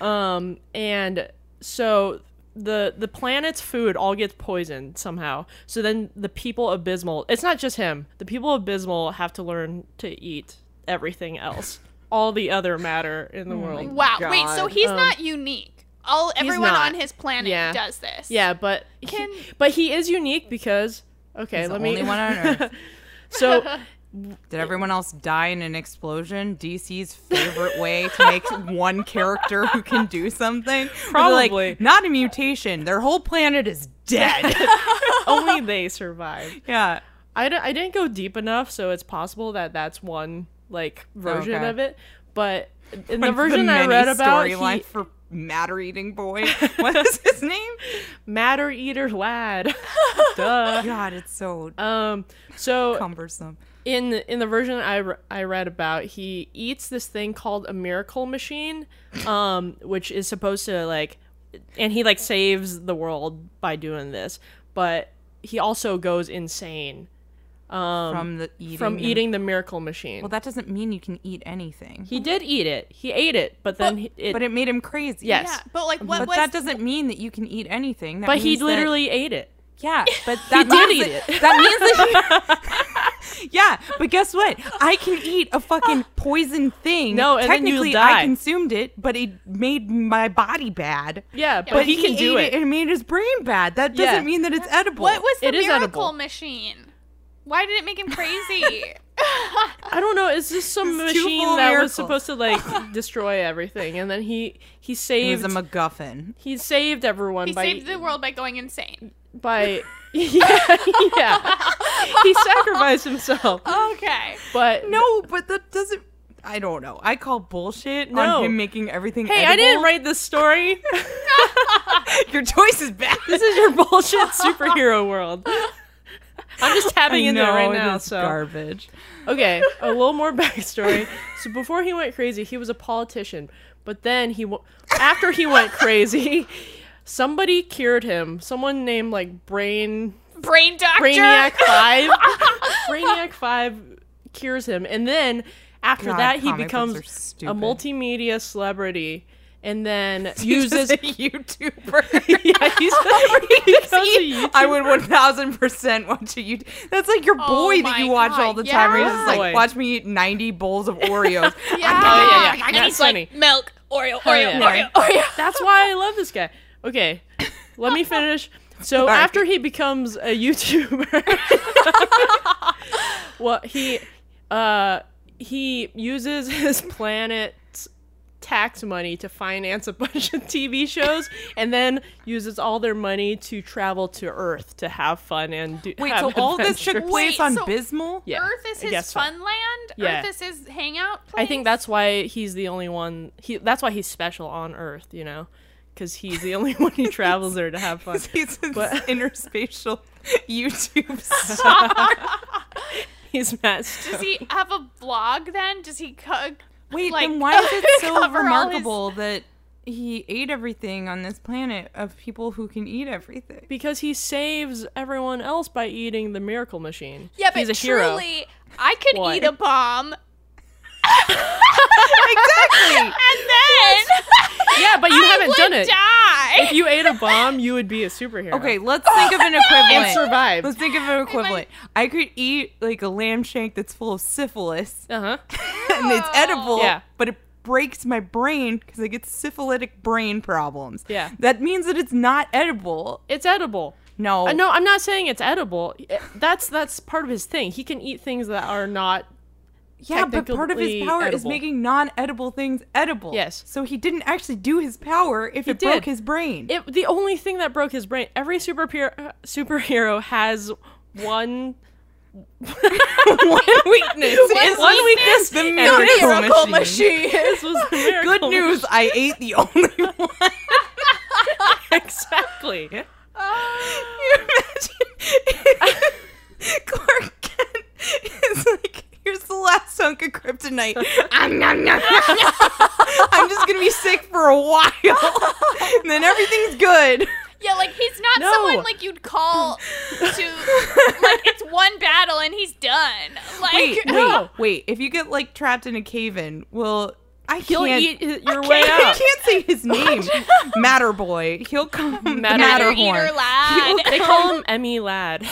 B: um, and so the the planet's food all gets poisoned somehow. So then the people of Bismol, it's not just him. The people of Bismol have to learn to eat everything else, all the other matter in
A: Hmm.
B: the world.
A: Wow. Wait, so
C: God.
A: he's not unique. All everyone
B: um,
A: on
B: not.
A: his planet
B: Yeah.
A: does this.
B: Yeah, but he-
A: Can-
B: but he is unique because Okay,
C: He's the
B: let me.
C: only one on Earth.
B: *laughs* so
C: Did everyone else die in an explosion? DC's favorite way
B: *laughs*
C: to make one character who can do something. Where they're like,
B: Probably.
C: not a mutation. Their whole planet is
B: *laughs*
C: dead.
B: only they survived.
C: yeah.
B: I, d- I didn't go deep enough, so it's possible that that's one like version
C: Okay.
B: of it.
C: *laughs*
B: But in the
C: Like
B: version I
C: mini
B: read about,
C: storyline
B: he,
C: for Matter Eating
B: *laughs*
C: Boy. What is his name?
B: matter eater lad, *laughs* duh.
C: God, it's so
B: Um, so
C: cumbersome.
B: in the, in the version I, re- I read about, he eats this thing called a miracle machine, um, which is supposed to like, and he like saves the world by doing this, but he also goes insane um, from
C: from the eating.
B: eating,
C: and-
B: the miracle machine.
C: Well, that doesn't mean you can eat anything.
B: he did eat it. He ate it, but then he, it,
C: but it made him crazy.
B: yes,
A: Yeah, but like what
C: But
A: was
C: that doesn't mean that you can eat anything. That
B: but he
C: means that-
B: literally ate it.
C: *laughs* yeah, but that
B: did
C: means
B: eat
C: *laughs* that, That means that. *laughs* yeah, but guess what? I can eat a *laughs* fucking poison thing.
B: No, and then
C: technically
B: you'll
C: I
B: die.
C: consumed it, but it made my body bad.
B: Yeah, but,
A: but
B: he, can do
C: ate
B: it.
C: and it made his brain bad. That
B: Yeah.
C: doesn't mean that it's edible.
A: what was the
B: It is
A: miracle
B: edible.
A: machine? Why did it make him
B: *laughs*
A: crazy? *laughs*
B: I don't know. It's just some
C: It's two
B: machine
C: full
B: that was
C: miracles.
B: supposed to like *laughs* destroy everything, and then he he
C: It was
B: saved
C: a MacGuffin.
B: he saved everyone
A: he
B: by
A: saved the world by going insane.
B: by *laughs* yeah yeah he sacrificed himself,
A: Okay.
B: but
C: No, but that doesn't. I don't know. I call bullshit
B: No.
C: on him making everything.
B: Hey, I didn't write this story.
C: write. Your choice is bad.
B: this is your bullshit superhero *laughs* world. I'm just tapping
C: I
B: in there
C: know,
B: right
C: it
B: now.
C: is
B: So
C: garbage.
B: okay, a little more backstory. So before he went crazy, he was a politician, but then he w- after he went
C: *laughs*
B: crazy, somebody cured him. Someone named like Brain
A: Brain doctor.
B: Brainiac
C: *laughs*
B: Five. Brainiac Five cures him, and then after
C: God,
B: that, he
C: comic books
B: becomes
C: are
B: a
C: stupid.
B: multimedia celebrity, and
C: *laughs*
B: then
C: *laughs* He's
B: uses.
C: just a
B: *laughs*
C: YouTuber. *laughs*
B: yeah, he's, he becomes a
C: I would one thousand percent watch a YouTube. That's like your
A: Oh
C: boy that
A: my
C: you watch
A: God,
C: all the time. Where he's
A: yeah.
C: just like,
B: Boy.
C: watch me eat ninety bowls of *laughs* Oreos.
A: Yeah.
B: Oh, yeah, yeah, yeah.
A: And
B: That's
A: he's
B: funny.
A: like milk, Oreo, Oreo,
B: yeah.
A: Oreo, Oreo.
B: That's why I love this guy. Okay, let me finish. So
C: Sorry.
B: after he becomes a YouTuber, *laughs* well, he uh, he uses his planet's tax money to finance a bunch of TV shows, and then uses all their money to travel to Earth to have fun and do.
C: Wait,
B: have
C: so all this
B: adventures.
C: took
A: Wait,
C: place on
A: so-
C: Bismal?
B: Yeah,
A: Earth is
B: I
A: his
B: guess so.
A: fun land.
B: Yeah.
A: Earth is his hangout place.
B: I think that's why he's the only one. He that's why he's special on Earth, you know, because he's the only one who travels there to have fun.
C: *laughs* *laughs* He's an
B: But-
C: *laughs* interspatial *laughs* YouTube star.
B: He's
A: *laughs*
B: messed. *laughs*
A: Does he have a vlog then? Does he cook?
C: Wait,
A: like,
C: then why is *laughs* it so
A: cover all his-
C: remarkable that he ate everything on this planet of people who can eat everything?
B: because he saves everyone else by eating the miracle machine.
A: Yeah, but
B: he's a hero.
A: truly, I could
B: What?
A: eat a
B: *laughs*
A: bomb *laughs*
C: exactly.
A: and *laughs* then
B: Yeah, but you
A: I
B: haven't
A: would
B: done it.
A: Die.
B: If you ate a bomb, you would be a superhero.
C: Okay, let's think of *laughs* an
B: and
C: equivalent.
B: survive.
C: Let's think of an equivalent. I could eat like a lamb shank that's full of syphilis,
B: Uh huh.
C: *laughs* and it's edible,
B: Yeah.
C: but it breaks my brain because I get syphilitic brain problems.
B: Yeah.
C: that means that it's not edible.
B: It's edible.
C: No,
B: Uh, No, I'm not saying it's edible. Uh, That's that's part of his thing. He can eat things that are not.
C: yeah, but part of his
B: technically
C: power is
B: edible.
C: making non-edible things edible.
B: Yes.
C: so he didn't actually do his power if it
B: did.
C: broke his brain.
B: *laughs* It, the only thing that broke his brain. Every superhero superhero has one
C: one *laughs* weakness is
B: one weakness.
C: the
B: and
C: miracle
B: it's-
C: machine.
B: This was the miracle
C: *laughs*
B: *laughs*
C: Good news, I ate the *laughs* only one.
B: *laughs* Exactly.
C: you imagine Clark Kent is like, here's the last hunk of kryptonite. Om, nom, *laughs* nom, nom, nom. I'm just gonna be sick for a while, and then everything's good.
A: Yeah, like he's not
B: No.
A: someone like you'd call to like it's one battle and he's done. Like *laughs*
B: no.
C: wait. If you get like trapped in a cave in, well, I
B: He'll
C: can't.
B: eat hi- your
C: *laughs* I
B: way
C: can't-
B: out.
C: I can't say his name, Matter Boy. He'll come the
B: Matter-
A: Matter
B: *laughs*
C: Matterhorn. *laughs*
A: Eater lad. *laughs*
B: They call him Emmy Lad.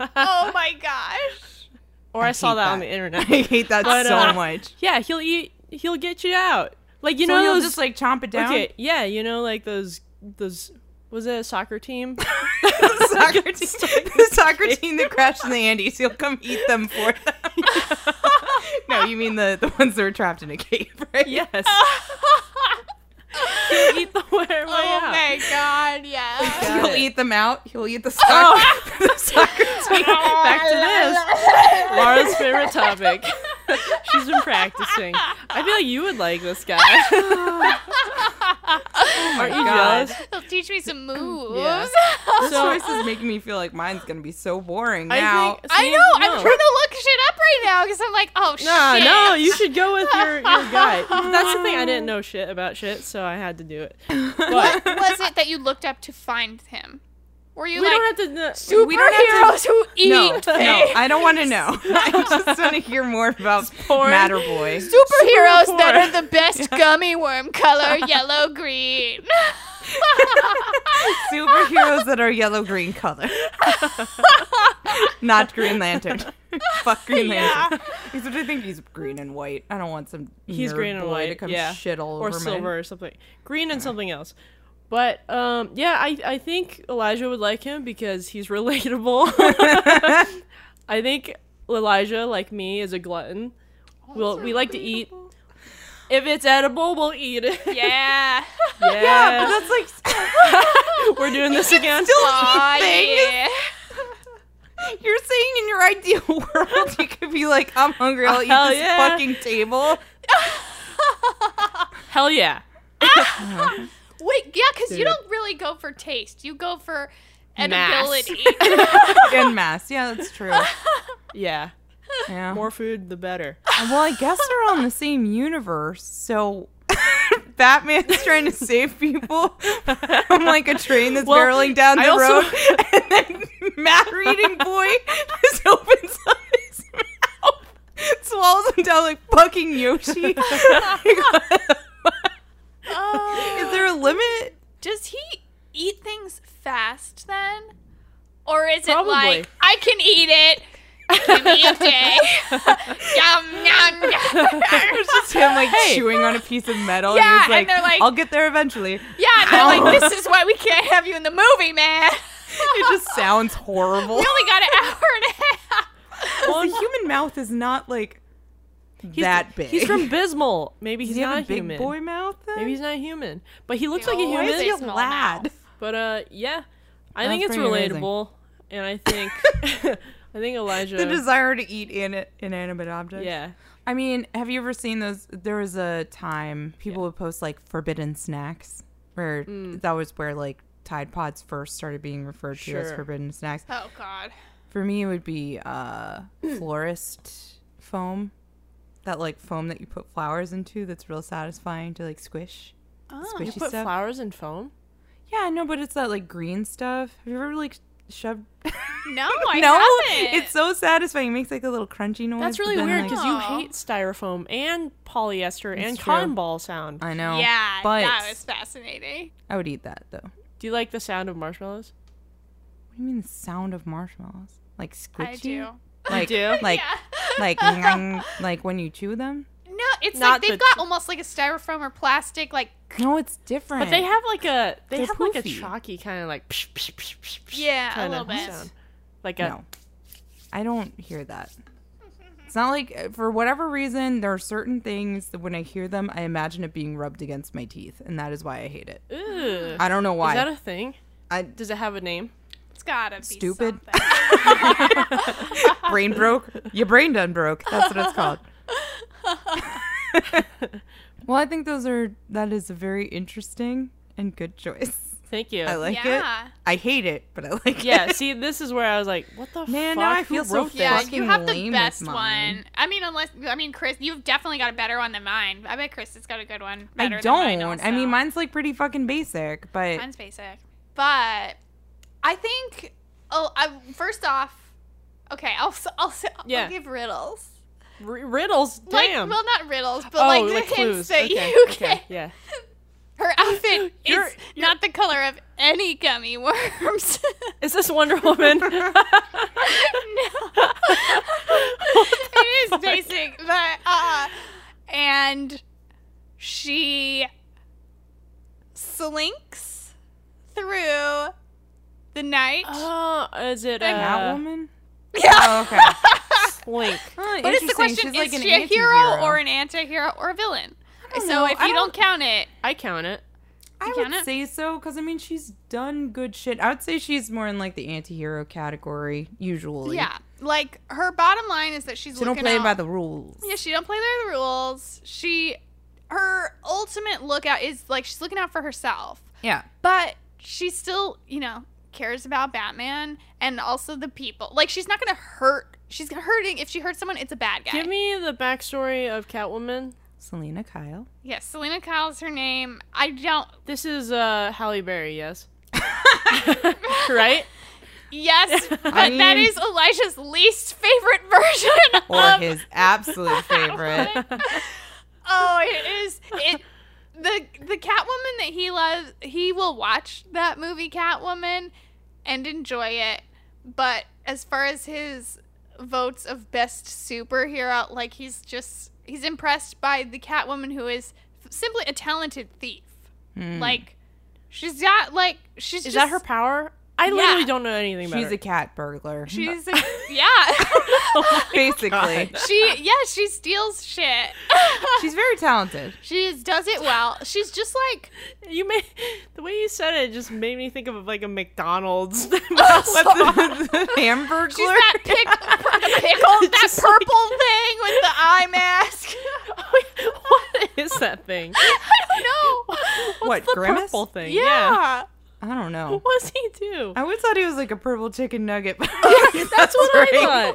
A: oh my
B: *laughs*
A: gosh.
B: Or I, saw
C: hate
B: that, on
C: that.
B: the internet.
C: *laughs* I hate that
B: But,
C: so
B: uh,
C: much.
B: *laughs* Yeah, he'll eat. He'll get you out. Like you
C: So
B: know
C: he'll
B: those.
C: just like chomp it down.
A: *laughs*
B: okay, yeah, you know like those those was it a soccer team?
C: the *laughs* soccer team, the soccer team that crashed in the Andes. He'll come eat them for them. no, you mean the the ones that were trapped in a cave, *laughs* right?
B: Yes. Oh, He'll eat the way way
A: Oh
B: out.
A: my god, yeah.
B: Got
C: He'll
B: it.
C: eat them out. He'll eat the soccer, the soccer team.
B: *laughs*
A: Oh.
C: *laughs*
B: Back
A: *laughs*
B: to this. Laura's favorite topic. *laughs* She's been practicing. I feel like you would like this
A: *laughs*
B: guy. *laughs* Aren't you
C: God.
B: jealous?
A: He'll teach me
B: *laughs*
A: some moves. *laughs*
C: Yes. This
B: So-
C: choice is making me feel like mine's gonna be so boring
B: I
C: now.
B: think-
A: I
B: see,
A: know.
B: no.
A: I'm trying to look shit up right now because I'm like, oh
B: No,
A: shit.
B: no, you should go with your, your
A: *laughs*
B: guy. That's the thing. I didn't know shit about shit, so I had to do it.
C: *laughs*
A: What
B: But
A: was it that you looked up to find him? Were you
B: we
A: like
B: don't have to. Know.
C: we don't have
A: superheroes who eat?
C: No, no,
A: things?
C: I don't want to know. *laughs* I just want to hear more about
B: porn.
C: Matterboy.
A: Superheroes
B: Super
A: that
B: porn.
A: are the best
B: *laughs*
A: gummy worm color, yellow green.
C: Superheroes that are yellow green color. Not Green Lantern. Fuck Green Lantern. Except I think he's green and white. I don't want some
B: He's
C: nerd
B: green and
C: boy
B: white.
C: to come
B: yeah.
C: shit all
B: or
C: over my- *laughs*
B: silver or something. Green and something else. But um, yeah, I, I think Elijah would like him because he's *laughs*
C: *laughs*
B: relatable. I think Elijah, like me, is a glutton. We'll, we like to eat. If it's edible, we'll eat it. *laughs*
A: yeah.
B: Yeah,
C: Yeah, but
B: *laughs*
C: that's like
B: we're doing this again.
A: *laughs*
B: *laughs*
A: Aw, yeah.
C: *laughs* you're saying in your ideal *laughs* world you could be like, I'm hungry, I'll eat
B: Hell
C: this
B: yeah.
C: fucking table. *laughs*
B: Hell yeah.
A: Wait, yeah, because you
B: Uh-huh. Dude.
A: don't really go for taste. You go for
B: Mass.
A: edibility. *laughs*
B: *laughs*
C: In mass. Yeah, that's true.
B: Yeah.
C: Yeah.
B: More food, the
C: *laughs*
B: better.
C: Well, I guess they're all in the same universe, so *laughs* Batman's trying to
B: *laughs*
C: save people from like a train that's
B: Well,
C: barreling down the
B: I also-
C: road, *laughs* and then Matt Reading Boy *laughs* just opens up his mouth, swallows him down like fucking Yoshi. *laughs*
B: *laughs*
A: Oh,
C: Is there a limit?
A: Does he eat things fast then? Or is it
B: Probably.
A: like, I can eat it. Give me a
C: *laughs*
A: day. yum, yum, yum.
C: It's just him like
B: Hey.
C: chewing on a piece of metal,
A: Yeah,
C: and he's
A: and
C: like,
A: they're like-
C: "I'll get there eventually."
A: Yeah, and they're like, this is why we can't have you in the movie,
C: *laughs*
A: man.
C: It just sounds horrible.
A: We only got an hour and a half.
C: Well, *laughs* the human mouth is not like that big. *laughs*
B: He's from Bismol. Maybe he's
C: Does he
B: not
C: have a big
B: human.
C: boy mouth? Then?
B: Maybe he's not human. But he looks like a
A: No,
C: Why
B: human.
C: is he a
A: Small
C: lad?
A: mouth.
B: But uh, yeah, I
C: That's
B: think it's
C: pretty amazing.
B: relatable, and I think *laughs* I think Elijah.
C: The desire to eat in- inanimate objects.
B: yeah,
C: I mean, have you ever seen those? There was a time people would post like forbidden snacks, where
B: Mm.
C: that was where like Tide Pods first started being referred to as
B: Sure.
C: forbidden snacks.
A: *laughs* Oh, God.
C: For me, it would be uh, *clears throat* florist foam, that like foam that you put flowers into. That's real satisfying to like squish.
B: Ah, you
C: squishy
B: put
C: stuff.
B: flowers in foam.
C: yeah, no, but it's that like green stuff. Have you ever like
B: *laughs*
C: shoved?
A: No, I
C: *laughs* no,
A: haven't.
C: it's so satisfying. It makes like a little crunchy noise.
B: That's
C: but
B: really
C: then,
B: weird
C: like-
B: because you
A: Aw.
B: hate styrofoam and polyester and
C: It's
B: cotton
C: true.
B: ball sound.
C: I know.
A: yeah,
C: but
A: that was fascinating.
C: I would eat that though. What
B: Do you like the sound of marshmallows?
C: do you mean the sound of marshmallows? Like squishy?
A: I do.
C: Like
B: do?
C: *laughs* like
A: Yeah. *laughs*
B: *laughs*
C: like nyang, like when you chew them?
A: No, it's
B: Not
A: like they've
B: the-
A: got almost like a styrofoam or plastic, like
C: No, it's different.
B: But they have like a they
C: They're
B: have like a
C: poofy.
B: chalky kind of like psh, psh, psh, psh, psh
A: Yeah, a
B: kinda
A: little bit.
B: sound. Like a
C: no. I don't hear that. It's not like uh, for whatever reason there are certain things that when I hear them I imagine it being rubbed against my teeth and that is why I hate it.
B: ooh.
C: I don't know
B: Is
C: why.
B: that a thing?
C: I
B: Does it have a name?
A: it's gotta be
C: Stupid.
A: something.
C: *laughs* brain broke. Your brain done broke. That's what it's
B: *laughs*
C: called. *laughs* well, I think those are that is a very interesting and good choice.
B: Thank you.
C: I *laughs* like
A: Yeah.
C: it. I hate it, but I *laughs* like
B: yeah.
C: it.
B: See, this is where I was like, what the
C: Man,
B: fuck?
C: now I
B: Who
C: feel so
B: wrote this?
A: Yeah,
C: fucking
A: you have the
C: lame with
A: best
C: mine.
A: one. I mean, unless I mean, Chris, you've definitely got a better one than mine. I bet Chris has got a good one. Better
C: I
A: Than mine
C: don't. I mean,
A: also.
C: mine's like pretty fucking basic, but
A: mine's basic, but I think. Oh, I, first off, okay, I'll s- I'll, s- I'll
B: Yeah.
A: give riddles.
B: R- riddles. Damn.
A: Like, well, not riddles, but
B: oh,
A: like the hints
B: clues.
A: that *laughs*
B: okay.
A: you
B: okay.
A: get.
B: Yeah.
A: Her outfit is
B: You're-
A: not the color of any gummy worms. *laughs*
B: Is this Wonder Woman? *laughs*
A: no. *laughs* it is
B: fuck?
A: basic, but uh and she slinks through The night.
B: Oh, is it
A: I'm
B: uh,
C: *laughs* Catwoman?
A: yeah.
C: Oh, okay.
B: *laughs* Link?
C: Huh,
A: But it's the
C: interesting.
A: question:
C: She's like
A: Is
C: an
A: she a hero
C: anti-hero.
A: or an anti-hero or a villain? So
B: know.
A: if
B: I
A: you don't, count it,
B: I count it.
C: I
A: You
C: would
A: count it?
C: say so because I mean she's done good shit. I would say she's more in like the anti-hero category usually.
A: yeah. Like her bottom line is that she's
C: She don't
A: looking
C: play
A: out-
C: by the rules.
A: Yeah, she don't play by the rules. She, her ultimate lookout is like she's looking out for herself,
C: Yeah.
A: but she still, you know, cares about Batman and also the people. Like she's not gonna hurt. She's hurting. If she hurts someone, it's a bad guy.
B: Give me the backstory of Catwoman.
C: Selena Kyle.
A: yes, Selena Kyle is her name. I don't.
B: This is uh Halle Berry, yes. right? *laughs*
A: Yes, but
C: I
A: that
C: mean-
A: is Elijah's least favorite *laughs* version
C: Or
A: of
C: his absolute favorite.
A: Oh, it is it the the Catwoman that he loves. He will watch that movie Catwoman and enjoy it, but as far as his votes of best superhero, like he's just he's impressed by the Catwoman who is simply a talented thief.
C: Hmm.
A: Like she's got like she's
B: Is
A: just,
B: that her power? I
A: Yeah.
B: literally don't know anything about
C: she's
B: her.
C: a cat burglar.
B: *laughs*
C: *laughs*
A: She's a, yeah. *laughs*
C: basically.
B: God.
A: she yeah she steals shit. *laughs*
C: she's very talented.
A: she is, does it well. She's just like
B: You made *laughs* the way you said it just made me think of like a McDonald's. *laughs*
C: What's the, the *laughs* hamburglar?
A: She's that pick, *laughs* the pickle, that
B: Just like-
A: purple thing with the eye mask.
B: *laughs* what is that thing?
A: *laughs* I don't know.
B: What's
C: What,
B: the
C: Grimace?
B: purple
A: *laughs*
B: thing?
A: Yeah.
C: I don't know.
B: What does he do? *laughs*
C: I always thought he was like a purple chicken nugget. *laughs*
B: That's what I *laughs*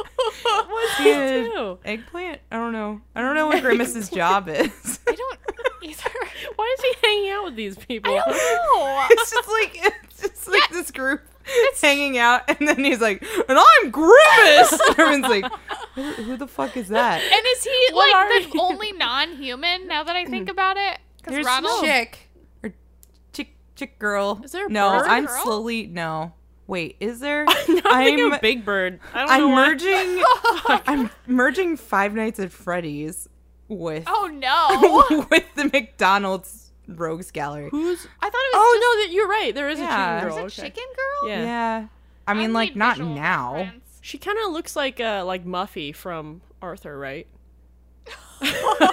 B: thought. What's he
C: Yeah.
B: do?
C: Eggplant? I don't know. I don't know what Grimace's job is. *laughs*
A: I don't either.
B: Why is he hanging out with these people?
A: I don't know.
C: it's
B: *laughs*
C: just like it's just like this group hanging out, and then he's like, "And
B: *laughs*
C: I'm Grimace." And everyone's like, who, "Who the fuck is that?"
A: And is he
B: What are
A: like the
B: you?
A: only non-human? Now that I think about it, because
B: There's
A: Ronald.
C: chick or chick chick girl.
B: Is there a
C: no?
B: bird? Is there
A: a
C: I'm
A: girl?
C: slowly no. Wait,
B: *laughs*
C: is there?
B: No, *laughs* I'm thinking
C: I'm-
B: of Big Bird. I don't know
C: I'm
B: why. *laughs*
C: merging. I'm merging Five Nights at Freddy's with
A: Oh
C: *laughs*
A: no!
C: with the McDonald's Rogues Gallery.
B: Who's?
A: I thought it was
B: Oh
A: just
B: no, that you're right. There is
C: Yeah.
B: a chicken
A: there's
B: girl.
A: a
B: Oh, okay.
A: chicken girl.
B: Yeah.
C: Yeah. I mean, like
A: need
C: not
A: visual
B: *laughs*
C: now.
A: reference.
B: She kind of looks like uh like Muffy from Arthur, right?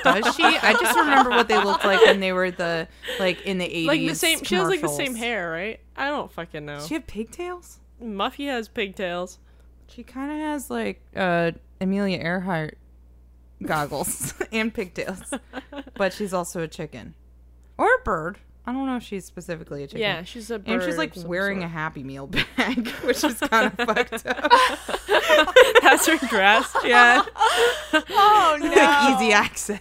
C: Does she? I just remember what they looked like when they were the like in the eighties.
B: Like the same. She has like the same hair, right? I don't fucking know.
C: Does she have pigtails?
B: Muffy has pigtails.
C: She kind of has like uh Amelia Earhart goggles *laughs* and pigtails, but she's also a chicken or a bird. I don't know if she's specifically a chicken.
B: Yeah, she's a. Bird
C: And she's like
B: of some
C: wearing a
B: sort.
C: Happy Meal bag, *laughs* which is
B: *laughs*
C: kind of fucked up.
B: That's her dress. Yeah.
A: Oh no!
C: like easy access,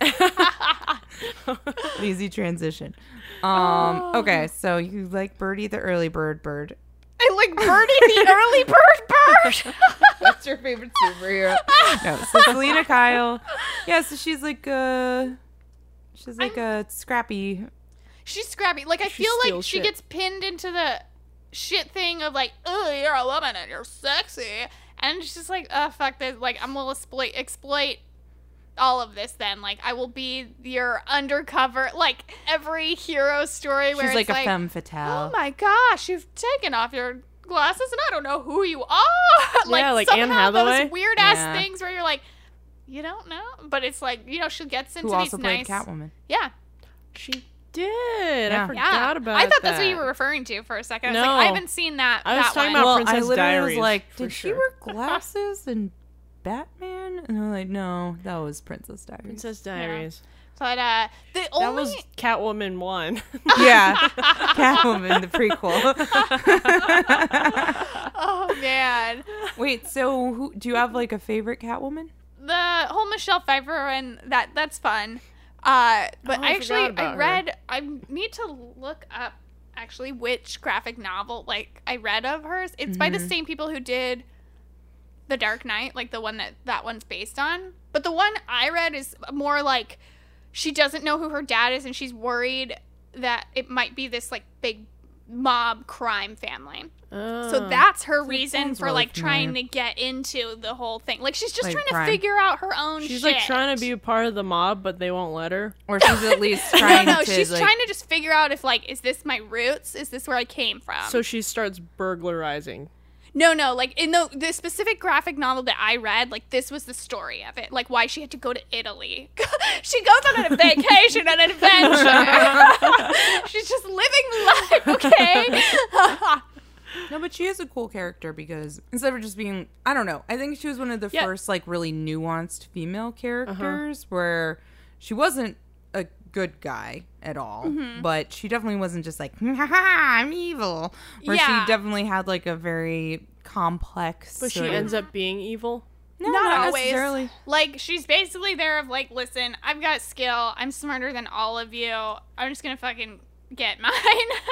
A: *laughs*
C: easy transition. Um,
A: Oh.
C: okay, so you like Birdie the early bird bird.
A: I *laughs* like Birdie the early bird bird.
C: That's your favorite superhero. no, so
A: *laughs*
C: Selena Kyle. Yeah, so she's like a, she's like a scrappy.
A: She's scrappy. Like I
B: She
A: feel like
B: steals
A: she
B: shit.
A: gets pinned into the shit thing of like, oh, you're a woman and you're sexy, and she's just like, oh fuck this. Like I'm gonna exploit exploit all of this. Then like I will be your undercover. Like every hero story where
C: She's
A: it's
C: like a
A: like,
C: femme fatale.
A: oh my gosh, you've taken off your glasses and I don't know who you are. *laughs* like
B: Yeah, like Anne
A: somehow
B: Hathaway.
A: those weird ass
C: Yeah.
A: things where you're like. You don't know, but it's like you know she gets into
C: Who also
A: these
C: played
A: nice,
C: Catwoman?
A: yeah,
B: *laughs* She did.
C: Yeah.
B: I forgot
A: yeah.
B: about.
A: I thought that's
B: that.
A: what you were referring to for a second. I was
B: No.
A: like, I haven't seen that.
B: I was
A: that
B: talking
A: one.
B: about-
C: well, I
B: Princess
C: literally
B: Diaries,
C: was like,
B: for
C: did she
A: *laughs*
B: sure.
C: wear glasses and Batman? And they're like, no, that was Princess Diaries.
B: Princess Diaries.
A: But uh, the
B: That
A: only *laughs*
B: was Catwoman one.
C: *laughs* yeah, Catwoman, the
A: *laughs*
C: prequel.
A: oh man,
C: *laughs* Wait, so who do you have like a favorite Catwoman?
A: the whole Michelle Pfeiffer and that that's fun. Uh, but
B: Oh, I
A: I actually
B: forgot about
A: I
B: her.
A: read I need to look up actually which graphic novel like I read of hers. It's by
B: Mm-hmm.
A: the same people who did The Dark Knight, like the one that that one's based on. But the one I read is more like she doesn't know who her dad is and she's worried that it might be this like big mob crime family.
B: Oh.
A: *laughs* So that's her reason
C: sounds
A: for
C: really
A: like trying to
C: familiar.
A: get into the whole thing. Like she's just
C: Like
A: trying
C: crime.
A: to figure out her own
B: Oh. She's
A: shit.
B: like trying to be part of the mob, but they won't let her.
C: or she's at least
A: *laughs* No,
C: trying
A: no,
C: to.
A: she's
C: like,
A: trying to just figure out if like is this my roots? Is this where I came from?
B: So she starts burglarizing.
A: No, no, like in the the specific graphic novel that I read, like this was the story of it, like why she had to go to Italy. *laughs* she goes on
B: *laughs*
A: a vacation, an adventure. *laughs* She's just living life, okay?
B: *laughs*
C: No, but she is a cool character because instead of just being, I don't know, I think she was one of the
B: Yeah.
C: first like really nuanced
A: Uh-huh.
C: female characters where she wasn't a good guy at all,
A: Mm-hmm.
C: but she definitely wasn't just like, *laughs* "Ha, ha, ha, I'm evil. Where
A: Yeah.
C: she definitely had like a very complex.
B: But she
C: sort of-
B: ends up being evil.
C: no,
A: Not always. Like she's basically there of like, listen, I've got skill. I'm smarter than all of you. I'm just gonna fucking get *laughs* mine.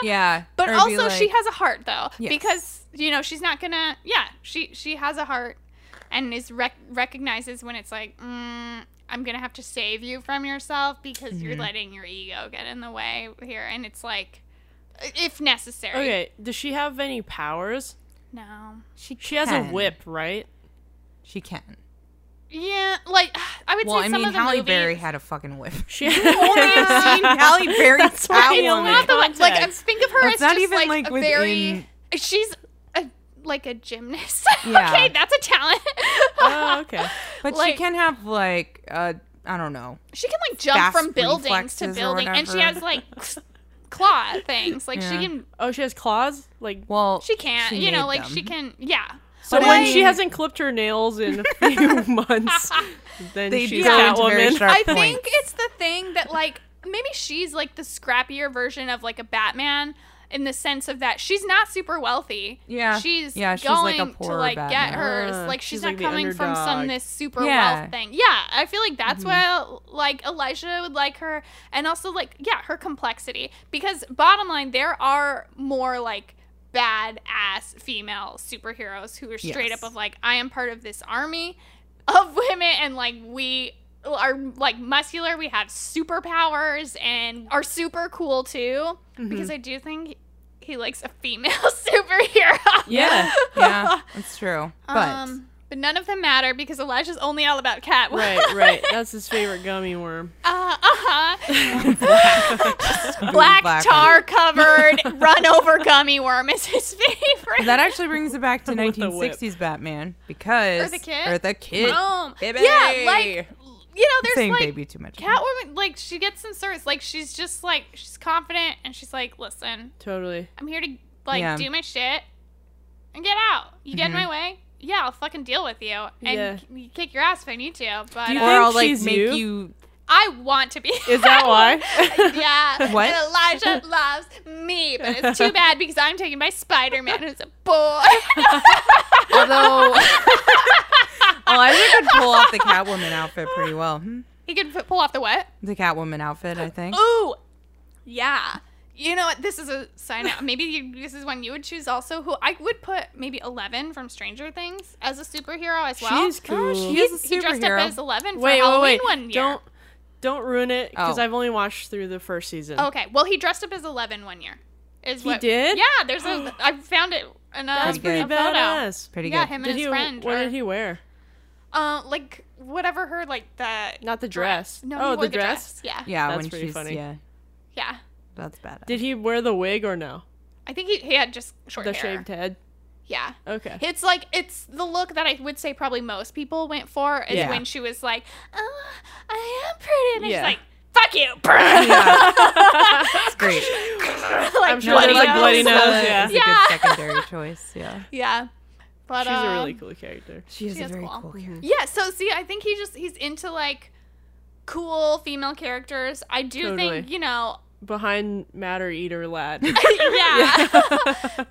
C: Yeah,
A: But
C: or be
A: also, she
C: like-
A: has a heart though,
C: Yes.
A: because you know she's not gonna. Yeah, she she has a heart, and is rec- recognizes when it's like, mm, I'm gonna have to save you from yourself because
C: Mm-hmm.
A: you're letting your ego get in the way here, and it's like, if necessary.
B: Okay, does she have any powers?
A: No.
C: she
B: She has a
C: can.
B: whip,
A: *laughs*
B: right?
C: She can.
A: Yeah, like *sighs* I would
C: Well,
A: say
C: I
A: some
C: mean,
A: of the
C: Halle
A: movies.
C: Berry had a fucking whip.
A: *laughs*
B: She
C: Only
B: *laughs*
C: have seen *laughs* Halle Berry
B: That's why I
A: It's
B: don't
C: Catwoman.
A: not the one. Like I
B: Context.
A: think of her
C: That's
A: as
C: not
A: just
C: even,
A: like,
C: like,
A: a
C: within-
A: very. She's a like a gymnast. *laughs*
C: Yeah. Uh,
A: okay, that's a talent.
B: oh, okay.
C: But
A: Like-
C: she can have like uh I don't know.
A: *laughs* she can like jump
C: fast
A: from buildings
C: reflexes
A: to
C: or
A: building and she
C: whatever.
A: has like s- claw things like
C: Yeah.
A: she can
B: Oh, she has claws? Like
C: Well,
A: she can't you know like she can
C: *laughs*
A: yeah
B: so
C: But
B: when
C: I-
B: she hasn't clipped her nails in a
A: *laughs*
B: few months, then
C: They
B: she's
C: go
B: that
C: into very
B: woman.
C: sharp-
A: i
C: Points.
A: think it's the thing that like maybe she's like the scrappier version of like a batman in the sense of that she's not super wealthy
C: Yeah.
A: she's
C: Yeah,
A: yeah
C: she's, like,
A: going
C: a
A: to
C: poorer
A: like get
C: Batman.
A: hers
B: Ah,
A: like she's,
B: she's,
A: not
B: like, the
A: coming from some
B: underdog.
A: this super
C: Yeah. Mm-hmm.
A: wealth thing yeah i feel like that's why like elijah would like her and also like yeah her complexity because bottom line there are more like bad ass female superheroes who are straight
C: Yes.
A: up of like i am part of this army of women and like we are like muscular we have superpowers and are super cool too
C: Mm-hmm.
A: because i do think he likes a female *laughs* superhero
B: Yeah.
A: *laughs*
C: Yeah, it's true. But
A: um but none of them matter because Elijah's only all about cat.
B: *laughs* Right,
A: *laughs*
B: right. That's his favorite gummy worm.
A: Uh
C: *laughs*
A: huh. *laughs* black,
C: Black
A: tar covered
C: *laughs*
A: run over gummy worm is his *laughs* favorite.
C: that actually brings it back
B: *laughs*
C: to
B: With the whip.
C: 1960s Batman because
A: Or the kid?
C: or the kid.
A: Boom.
C: Baby.
A: Yeah, like you know, there's
C: Saying
A: like
C: baby too much.
A: Catwoman, like she gets some service. Like she's just like she's confident and she's like, listen,
B: Totally.
A: I'm here to like
C: Yeah.
A: do my shit and get out. You get in my way, yeah, I'll fucking deal with you
B: Mm-hmm. Yeah.
A: and you kick your ass if I need to. But
B: Do you
A: uh,
C: or
B: think
C: I'll like
B: she's
C: make
B: you?
C: you.
A: I want to be.
B: *laughs* Is that why?
A: *laughs*
B: *laughs*
A: yeah.
C: What?
A: And Elijah loves me, but it's
B: *laughs*
A: too bad because I'm taken by Spider Man, who's a boy. *laughs*
C: Although *laughs* Oh, Elijah could pull off the Catwoman outfit pretty well. Hmm?
A: he can f- pull off the what?
C: The Catwoman outfit, I think.
A: Ooh, yeah. You know what? This is a sign out. Maybe you, this is one you would choose also. Who I would put maybe Eleven from Stranger Things as a superhero as well.
B: she's cool.
C: Oh, she
A: He,
C: is a
A: he dressed up
C: superhero.
A: as Eleven for
B: wait, wait,
A: Halloween
B: wait.
A: one year.
B: Don't don't ruin it because
C: Oh.
B: I've only watched through the first season.
A: Okay, well he dressed up as Eleven one year. Is
B: He
A: what,
B: did?
A: Yeah, there's
B: *gasps*
A: a. I found it in a,
B: That's pretty
A: a photo.
B: badass.
C: Pretty
A: yeah,
C: good.
A: him and
B: Did
A: his
B: he,
A: friend.
B: what
A: are-
B: did he wear?
A: Uh, like whatever her like the
B: Not the dress.
A: No,
B: oh,
A: he wore
B: the dress?
A: Yeah, yeah,
C: yeah,
B: That's
C: when
B: pretty
C: she's
B: funny.
C: yeah,
A: yeah.
C: that's bad.
B: Did he wear the wig or no?
A: I think he, he had just short
B: The
A: hair.
B: shaved head.
A: Yeah,
B: Okay.
A: it's like it's the look that I would say probably most people went for is
C: Yeah.
A: when she was like, oh, I am pretty, and
B: Yeah.
A: she's like, fuck
B: *laughs*
A: you,
C: yeah,
A: *laughs*
C: it's great.
A: like
B: I'm sure
A: bloody
B: there's like
A: nose.
B: bloody nose.
C: Is
B: Yeah.
C: a
A: Yeah.
C: good
B: *laughs*
C: secondary choice. Yeah,
A: Yeah, but
B: She's a really
A: um,
B: cool character.
C: *laughs* she is
A: She
C: a
A: is
C: very
A: cool.
C: cool character. *laughs*
A: Yeah, so see, I think he just he's into like cool female characters. I do think
B: Totally.
A: you
B: *laughs*
A: know, *laughs*
B: Behind Matter Eater Lad.
A: yeah, *laughs*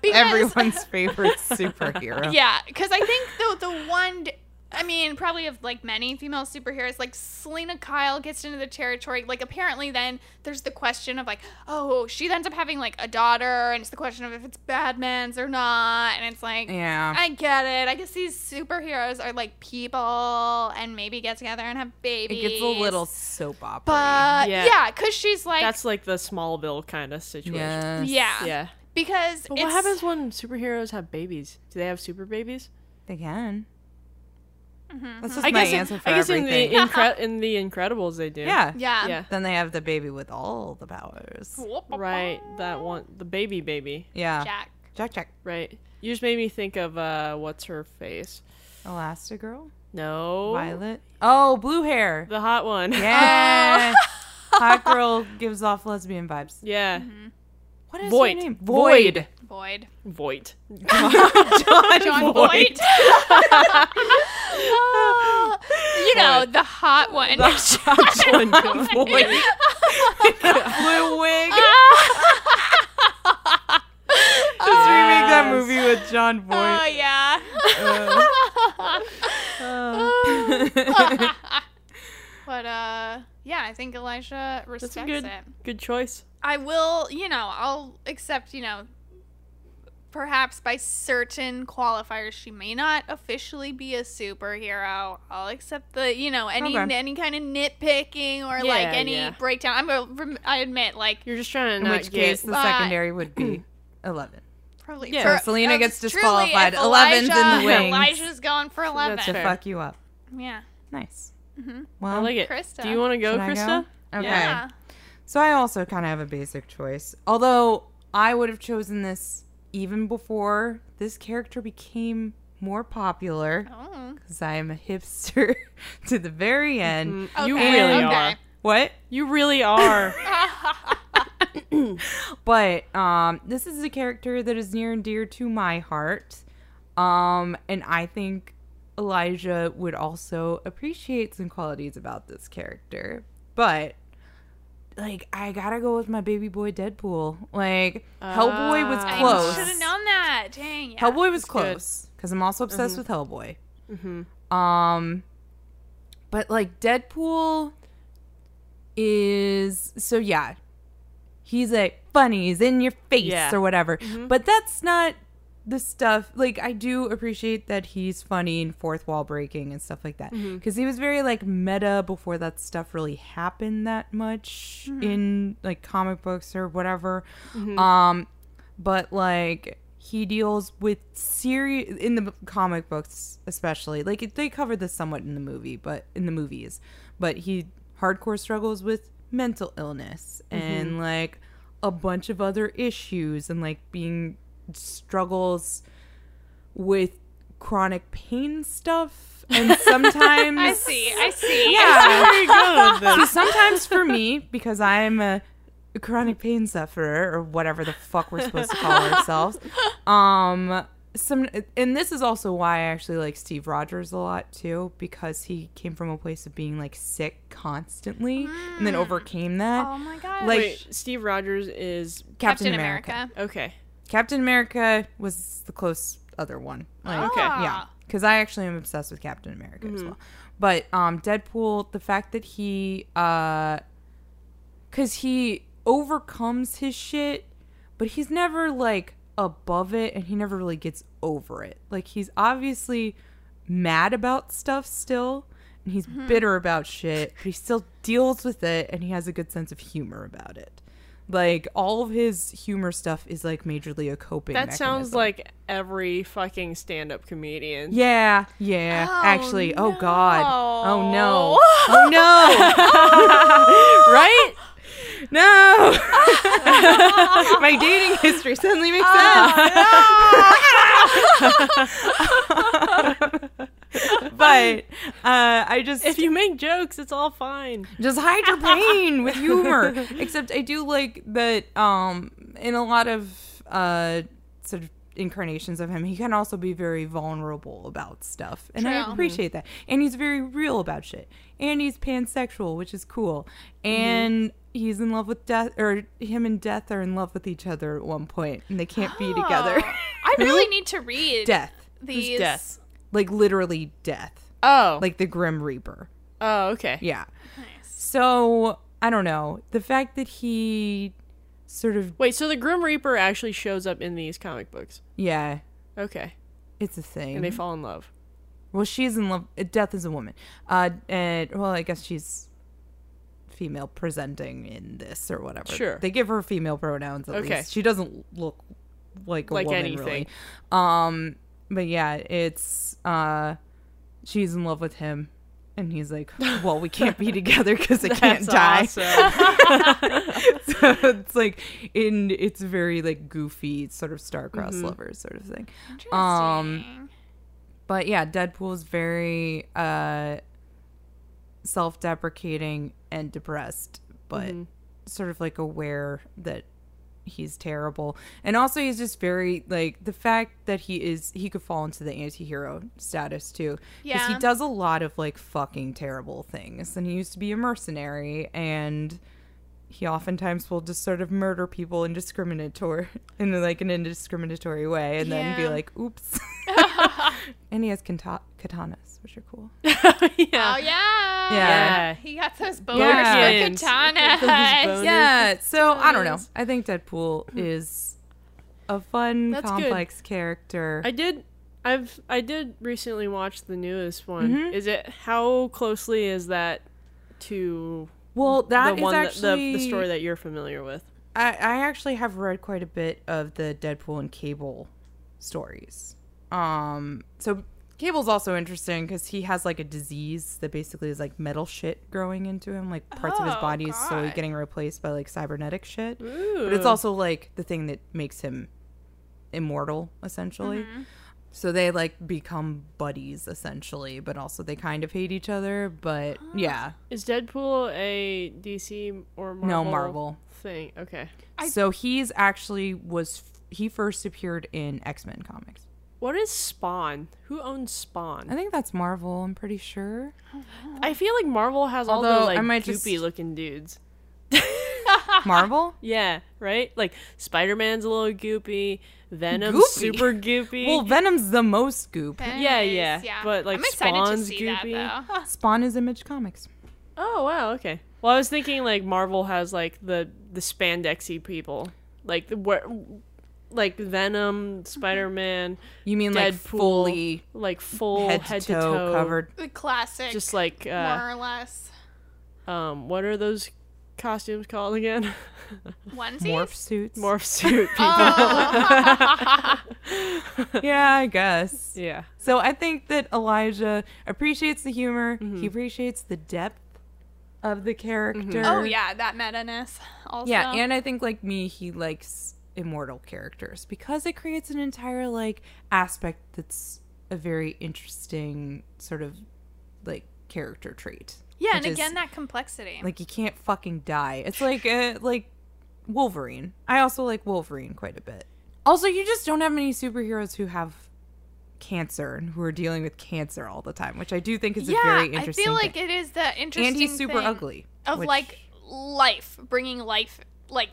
A: because
C: Everyone's *laughs* favorite superhero.
A: Yeah, because I think the the one, I mean, probably of like many female superheroes, like Selena Kyle gets into the territory. Like apparently, then there's the question of like, oh, she ends up having like a daughter, and it's the question of if it's Batman's or not, and it's like.
C: Yeah.
A: I get it. I guess these superheroes are like people and maybe get together and have
C: It
A: babies.
C: gets a little soap opera.
A: But
B: Yeah.
A: yeah, because she's like.
B: That's like the Smallville kind of situation.
C: yes.
A: yeah.
B: Yeah.
A: because
B: But
A: it's,
B: what happens when superheroes have babies? Do they have super babies?
C: They can. That's just
B: I
C: my
B: guess. in-
C: answer for
B: I guess in
C: everything.
B: the
C: *laughs*
B: incre- in the Incredibles they do.
C: yeah.
A: Yeah.
B: Yeah.
C: Then they have the baby with all the powers.
B: Right. That one. The baby baby.
C: Yeah.
A: Jack.
C: Jack, Jack.
B: Right. You just made me think of uh, what's her face?
C: Elastigirl?
B: No.
C: Violet? Oh, blue hair.
B: The hot one.
C: Yeah. Hot girl gives off lesbian vibes.
B: *laughs* yeah.
A: Mm-hmm.
C: What is
B: Void.
C: her name?
B: Void.
A: Void.
C: *laughs*
B: Voight.
A: *laughs* John
B: Voight.
A: Voight. Oh, you know, the hot one. *laughs*
B: John Voight.
C: *laughs* Blue wig.
A: *laughs*
C: *laughs* Let's remake
A: oh,
C: that movie with John Voight.
A: yeah.
B: Uh,
A: *laughs*
C: Uh. *laughs*
B: *laughs*
A: but uh yeah, I think Elijah
B: That's
A: respects
B: a good
A: it.
B: good choice.
A: I will, you know, I'll accept, you know, perhaps by certain qualifiers she may not officially be a superhero. I'll accept the, you know, any
C: Okay.
A: any kind of nitpicking or
B: Yeah,
A: like any
B: yeah.
A: breakdown. I'm a, rem- I admit like
B: You're just trying to
C: In
B: not
C: which
B: get.
C: case, um, the
A: uh,
C: secondary
B: *clears throat*
C: would be 11.
A: probably
B: Yeah.
A: for-
C: So Selena
A: uh,
C: gets
A: truly, if
C: disqualified. 11's in the
A: Elijah-
C: wings.
A: Elijah's going for 11.
B: That's
C: To
B: fair. Mm-hmm.
C: fuck you up.
A: Yeah.
C: Nice.
A: Mhm.
C: Well,
B: I like it.
A: Krista.
B: Do you want to go,
C: should I go?
B: Krista?
C: Okay.
A: Yeah.
C: So I also kind of have a basic choice. Although I would have chosen this even before this character became more popular
A: Oh.
C: because I am a hipster *laughs* to the very end.
B: Mm, You
A: Okay,
B: really
A: okay.
B: are.
C: What?
B: You
C: *laughs*
B: really are.
C: But um, this is a character that is near and dear to my heart. Um, and I think Elijah would also appreciate some qualities about this character. But like I gotta go with my baby boy Deadpool. Like Hellboy was
A: *laughs*
B: Ah.
A: I should
C: close.
A: have known that. Dang. Yeah.
C: Hellboy was
B: good. Mm-hmm.
C: close because I'm also obsessed with Hellboy.
B: Mhm.
C: Um, but like Deadpool is so yeah, he's like funny, he's in your face
B: Yeah. Mm-hmm.
C: or whatever. But that's not the stuff. Like I do appreciate that he's funny and fourth wall breaking and stuff like that
B: Mm-hmm.
C: because he was very like meta before that stuff really happened that much
B: Mm-hmm.
C: in like comic books or whatever. Um, but like he deals with serious in the comic books especially like it- they cover this somewhat in the movie but in the movies but he hardcore struggles with mental illness
A: Mm-hmm.
C: and like a bunch of other issues and like being struggles with chronic pain stuff
A: *laughs*
C: and sometimes
A: I see. I see.
C: *laughs* yeah
B: Very good. Then.
C: *laughs* See, sometimes for me, because I'm a chronic pain sufferer or whatever the fuck we're supposed *laughs* to call ourselves. Um, some, and this is also why I actually like Steve Rogers a lot too, because he came from a place of being like sick constantly and then overcame that.
A: Oh my god.
C: Like-
B: Wait, Steve Rogers is
C: Captain, America.
B: okay.
C: Captain America was the close other one. Like,
B: Okay.
C: yeah Mm-hmm.
A: Ah.
C: because i actually am obsessed with captain america as well but um deadpool the fact that he uh because he overcomes his shit but he's never like above it and he never really gets over it like he's obviously mad about stuff still and he's
B: Mm-hmm.
C: bitter about shit but he still deals with it and he has a good sense of humor about it like all of his humor stuff is like majorly a coping
B: That sounds
C: mechanism.
B: like every fucking stand-up comedian.
C: Yeah, yeah.
A: Oh,
C: actually, oh god. Oh no.
A: no.
C: Oh no.
A: *laughs*
B: right?
C: no. My dating history suddenly makes
A: Oh,
C: sense. *laughs* but uh, I just
B: If you make jokes, it's all fine.
C: just hide your pain with humor. *laughs* Except I do like that um in a lot of uh sort of incarnations of him, he can also be very vulnerable about stuff. And I
A: True.
C: appreciate that. And he's very real about shit. And he's pansexual, which is cool. And he's in love with death or him and death are in love with each other at one point and they can't be
A: *gasps*
C: together.
A: Oh, I really need to read
C: death.
A: these.
B: death?
C: Like literally death.
B: Oh.
C: Like the Grim Reaper.
B: oh, okay.
C: Yeah. So I don't know. The fact that he sort of
B: Wait, so the Grim Reaper actually shows up in these comic books.
C: yeah,
B: Okay.
C: it's a thing.
B: And they fall in *laughs* love.
C: well, she's in love. uh, Death is a woman. Uh, and well, I guess she's female presenting in this or whatever.
B: Sure.
C: They give her female pronouns at
B: Okay.
C: least. She doesn't look like a
B: Like
C: woman
B: anything.
C: really. Um but yeah, it's uh she's in love with him and he's
B: *laughs*
C: like, "Well, we can't be together cuz I can't
B: That's *laughs*
C: die."
B: awesome.
C: *laughs* so it's like in it's very like goofy sort of star-crossed lovers sort of thing.
A: Interesting.
C: Um, but yeah, Deadpool's very uh self-deprecating and depressed, but sort of like aware that he's terrible. And also he's just very like the fact that he is he could fall into the anti-hero status too. Because he
A: Yeah.
C: does a lot of like fucking terrible things. And he used to be a mercenary and he oftentimes will just sort of murder people indiscriminatory *laughs* in like an indiscriminatory way and then be
A: Yeah.
C: like, *laughs* oops. and he has kata- katanas, which are cool.
A: oh yeah.
B: Yeah.
A: He got those boners
B: Yeah.
A: for *laughs*
B: Those
A: katanas.
B: boners.
C: Yeah, so I don't know.
B: Katanas.
C: I think Deadpool is a fun,
B: That's good.
C: complex character.
B: I did. I've I did recently watch the newest one. Is it how closely is that to
C: well, that
B: the
C: is
B: one that-
C: actually
B: the, the story that you're familiar with?
C: I, I actually have read quite a bit of the Deadpool and Cable stories. Um, so Cable's also interesting because he has like a disease that basically is like metal shit growing into him, like parts of his
A: Oh,
C: body is slowly
A: God.
C: getting replaced by like cybernetic shit.
B: Ooh.
C: But it's also like the thing that makes him immortal, essentially. So they like become buddies, essentially, but also they kind of hate each other. But yeah,
B: is Deadpool a DC or Marvel?
C: no Marvel.
B: thing. Okay.
A: I-
C: so he's actually was he first appeared in X Men comics.
B: What is Spawn? Who owns
C: I
B: Spawn?
C: think that's Marvel. I'm pretty *laughs* sure.
B: I feel like Marvel has all
C: Although,
B: the like
C: I might
B: goopy
C: just-
B: looking dudes.
C: Marvel.
B: Yeah, right? Like Spider Man's a little goopy, Venom's
C: Goopy? *laughs*
B: super goopy.
C: well, Venom's the most goop.
B: Yeah, yeah, but, like,
A: I'm excited
B: Spawn's
A: to see that, though.
B: goopy.
A: *laughs*
C: Spawn is Image Comics.
B: oh wow, okay. Well I was thinking like Marvel has like the the spandexy people. Like the where like Venom, Spider Man,
C: You mean Mm-hmm. like
B: Deadpool,
C: fully
B: like full
C: head to, toe, covered?
A: The classic,
B: Just like uh
A: more or less
B: um what are those costumes
A: *laughs*
B: called again?
A: onesies.
C: Morph suits.
A: *laughs*
B: Morph suit people.
C: *laughs*
A: Ah!
C: yeah, I guess.
B: Yeah.
C: So I think that Elijah appreciates the humor. He appreciates the depth of the character.
A: Oh yeah, that meta ness. Also,
C: Yeah, and I think like me, he likes immortal characters because it creates an entire like aspect that's a very interesting sort of like character trait.
A: yeah, and
C: which is,
A: again that complexity.
C: like you can't fucking die. It's like uh, like Wolverine. I also like Wolverine quite a bit. Also, you just don't have many superheroes who have cancer and who are dealing with cancer all the time, which I do think is
A: yeah,
C: a very interesting.
A: I feel like
C: thing.
A: it is the interesting.
C: and he's super
A: thing
C: ugly.
A: Of
C: which-
A: like life, bringing life, like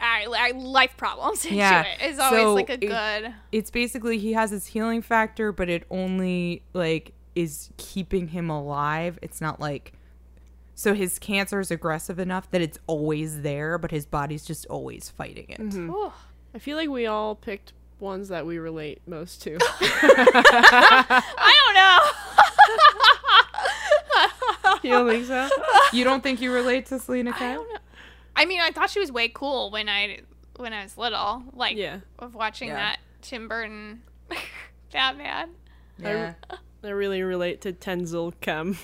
A: I, I, life problems *laughs* into
C: Yeah,
A: it is always
C: so
A: like a
C: it-
A: good.
C: it's basically he has his healing factor, but it only like is keeping him alive. It's not like so his cancer is aggressive enough that it's always there, but his body's just always fighting it.
A: Ooh.
B: I feel like we all picked ones that we relate most
A: *laughs*
B: to.
A: I don't know.
B: you don't think so?
C: You don't think you relate to Selena Kyle?
A: I mean, I thought she was way cool when I when I was little, like
B: Yeah.
A: of watching
C: Yeah.
A: that Tim Burton *laughs* Batman.
C: Yeah.
B: I really relate to Tenzel Kem.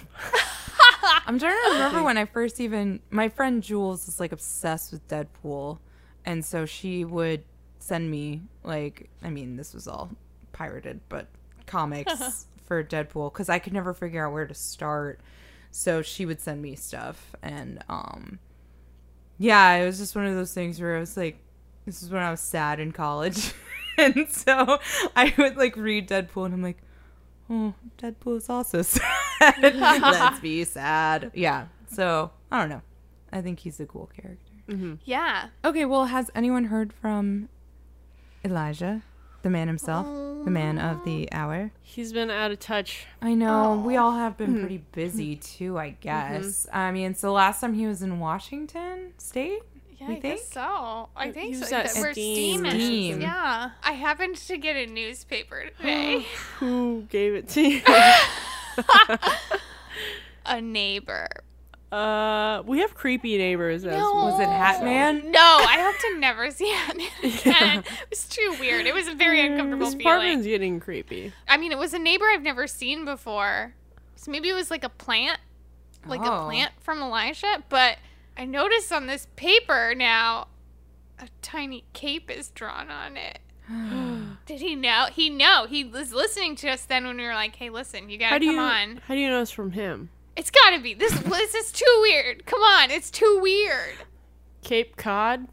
C: I'm trying to remember when I first even my friend Jules is like obsessed with Deadpool, and so she would send me like I mean this was all pirated but comics for Deadpool because I could never figure out where to start, so she would send me stuff and um yeah it was just one of those things where I was like this is when I was sad in college. *laughs* And so I would like read Deadpool and I'm like, oh, Deadpool is also *laughs* sad. Let's be sad. Yeah. So I don't know. I think he's a cool character.
A: Yeah.
C: Okay. Well, has anyone heard from Elijah, the man himself, the man of the hour?
B: He's been out of touch.
C: I know. We all have been pretty busy too, I guess. I mean, so last time he was in Washington State?
A: Yeah,
C: You
A: I guess
C: think?
A: so. I think
B: Use
A: so.
B: that
A: That we're
B: steam.
A: steaming.
C: Steam.
A: Yeah. I happened to get a newspaper today. *laughs*
B: Who gave it to you?
A: a neighbor
B: Uh, we have creepy neighbors. As
A: No.
C: Was it Hat Man?
A: No, I hope to never see *laughs* Hat Man again. It was too weird. It was a very uncomfortable
B: This
A: feeling.
B: apartment's getting creepy.
A: I mean, it was a neighbor I've never seen before. So maybe it was like a plant, like a
C: Oh.
A: plant from Elijah. But I noticed on this paper now, a tiny cape is drawn on
B: *gasps*
A: it. Did he know? He know. He was listening to us then when we were like, "Hey, listen, you gotta
B: How do
A: come
B: you
A: on.
B: how do you know it's from him?
A: It's gotta be this. This is too weird. Come on, it's too weird."
B: Cape Cod.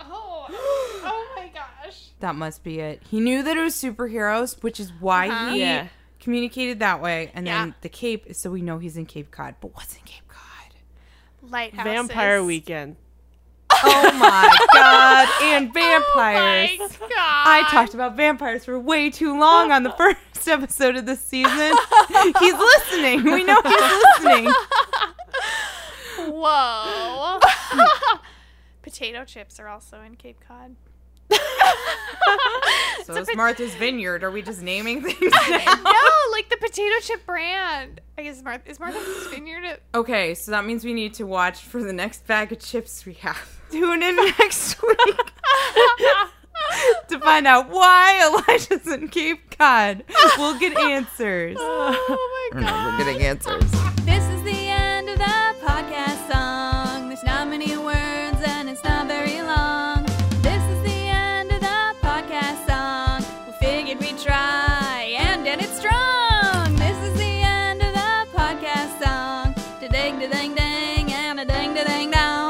A: *gasps* Oh, oh my gosh.
C: That must be it. He knew that it was superheroes, which is why
A: Uh-huh.
C: he
B: Yeah.
C: communicated that way. And
A: Yeah.
C: then the cape, is so we know he's in Cape Cod. But what's in Cape Cod?
A: Lighthouse.
B: Vampire Weekend.
C: Oh my god! And vampires.
A: Oh my *laughs* god.
C: I talked about vampires for way too
D: *laughs*
C: long on the first episode of this season. he's listening. We know
D: *laughs*
C: he's listening.
A: Whoa. Potato chips are also in Cape Cod.
C: *laughs* So is Martha's Vineyard. Are we just naming things?
D: *laughs*
C: now?
A: No, like the potato chip brand. I guess Martha is Martha's Vineyard. *laughs*
D: *laughs*
A: A-
C: *laughs* Okay, so that means we need to watch for the next bag of chips we have. *laughs* Tune in next week *laughs* to find out why Elijah's in Cape Cod. We'll
D: *laughs*
C: get answers.
A: oh *laughs* my god.
C: getting answers.
D: This is the end of the podcast song. There's not many words and it's not very long. This is the end of the podcast song. We figured we'd try and end it strong. This is the end of the podcast song. Da ding da ding ding and a ding da ding dong.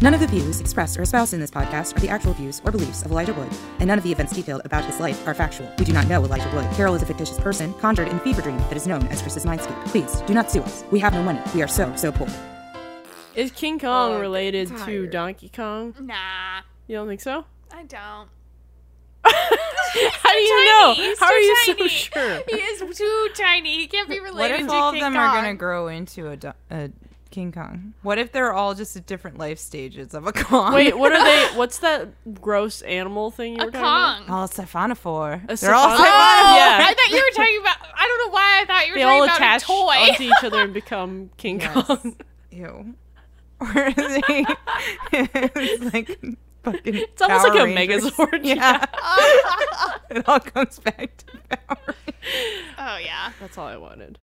E: None of the views expressed or espoused in this podcast are the actual views or beliefs of Elijah Wood, and none of the events detailed about his life are factual. We do not know Elijah Wood. Carol is a fictitious person conjured in a fever dream that is known as Chris's Mindscape. Please do not sue us. We have no money. We are so, so poor.
B: Is King Kong
A: Oh,
C: I'm
B: related to
C: tired.
B: Donkey Kong?
A: Nah,
B: You don't think so?
A: I don't.
B: How do you
A: tiny.
B: know?
A: He's
B: How
A: too
B: are *laughs* you so
A: tiny.
B: sure?
A: He is too tiny. He can't be
C: What
A: related
C: if
A: to
C: all of
A: King
C: them are
A: Kong.
C: going to grow into a, do- a King Kong? What if they're all just at different life stages of a Kong?
B: Wait, what are *laughs* they? What's that gross animal thing you were
A: a
B: talking about?
A: Kong?
C: *laughs*
A: Oh,
C: All Siphonophore.
B: A Oh,
C: they're all
B: Siphonophore?
C: Siphonophore.
B: Yeah.
A: I thought you were talking about. I don't know why I thought you were
B: They
A: talking
B: all
A: about
B: attach
A: a toy.
B: onto each other and become *laughs* King Kong.
C: *laughs* Ew. Or are they? it's like fucking.
B: It's almost
C: Power
B: like a *laughs*
C: Rangers.
B: Megazord.
C: *laughs* Yeah. *laughs* it all comes back to power.
A: *laughs* oh yeah.
B: That's all I wanted.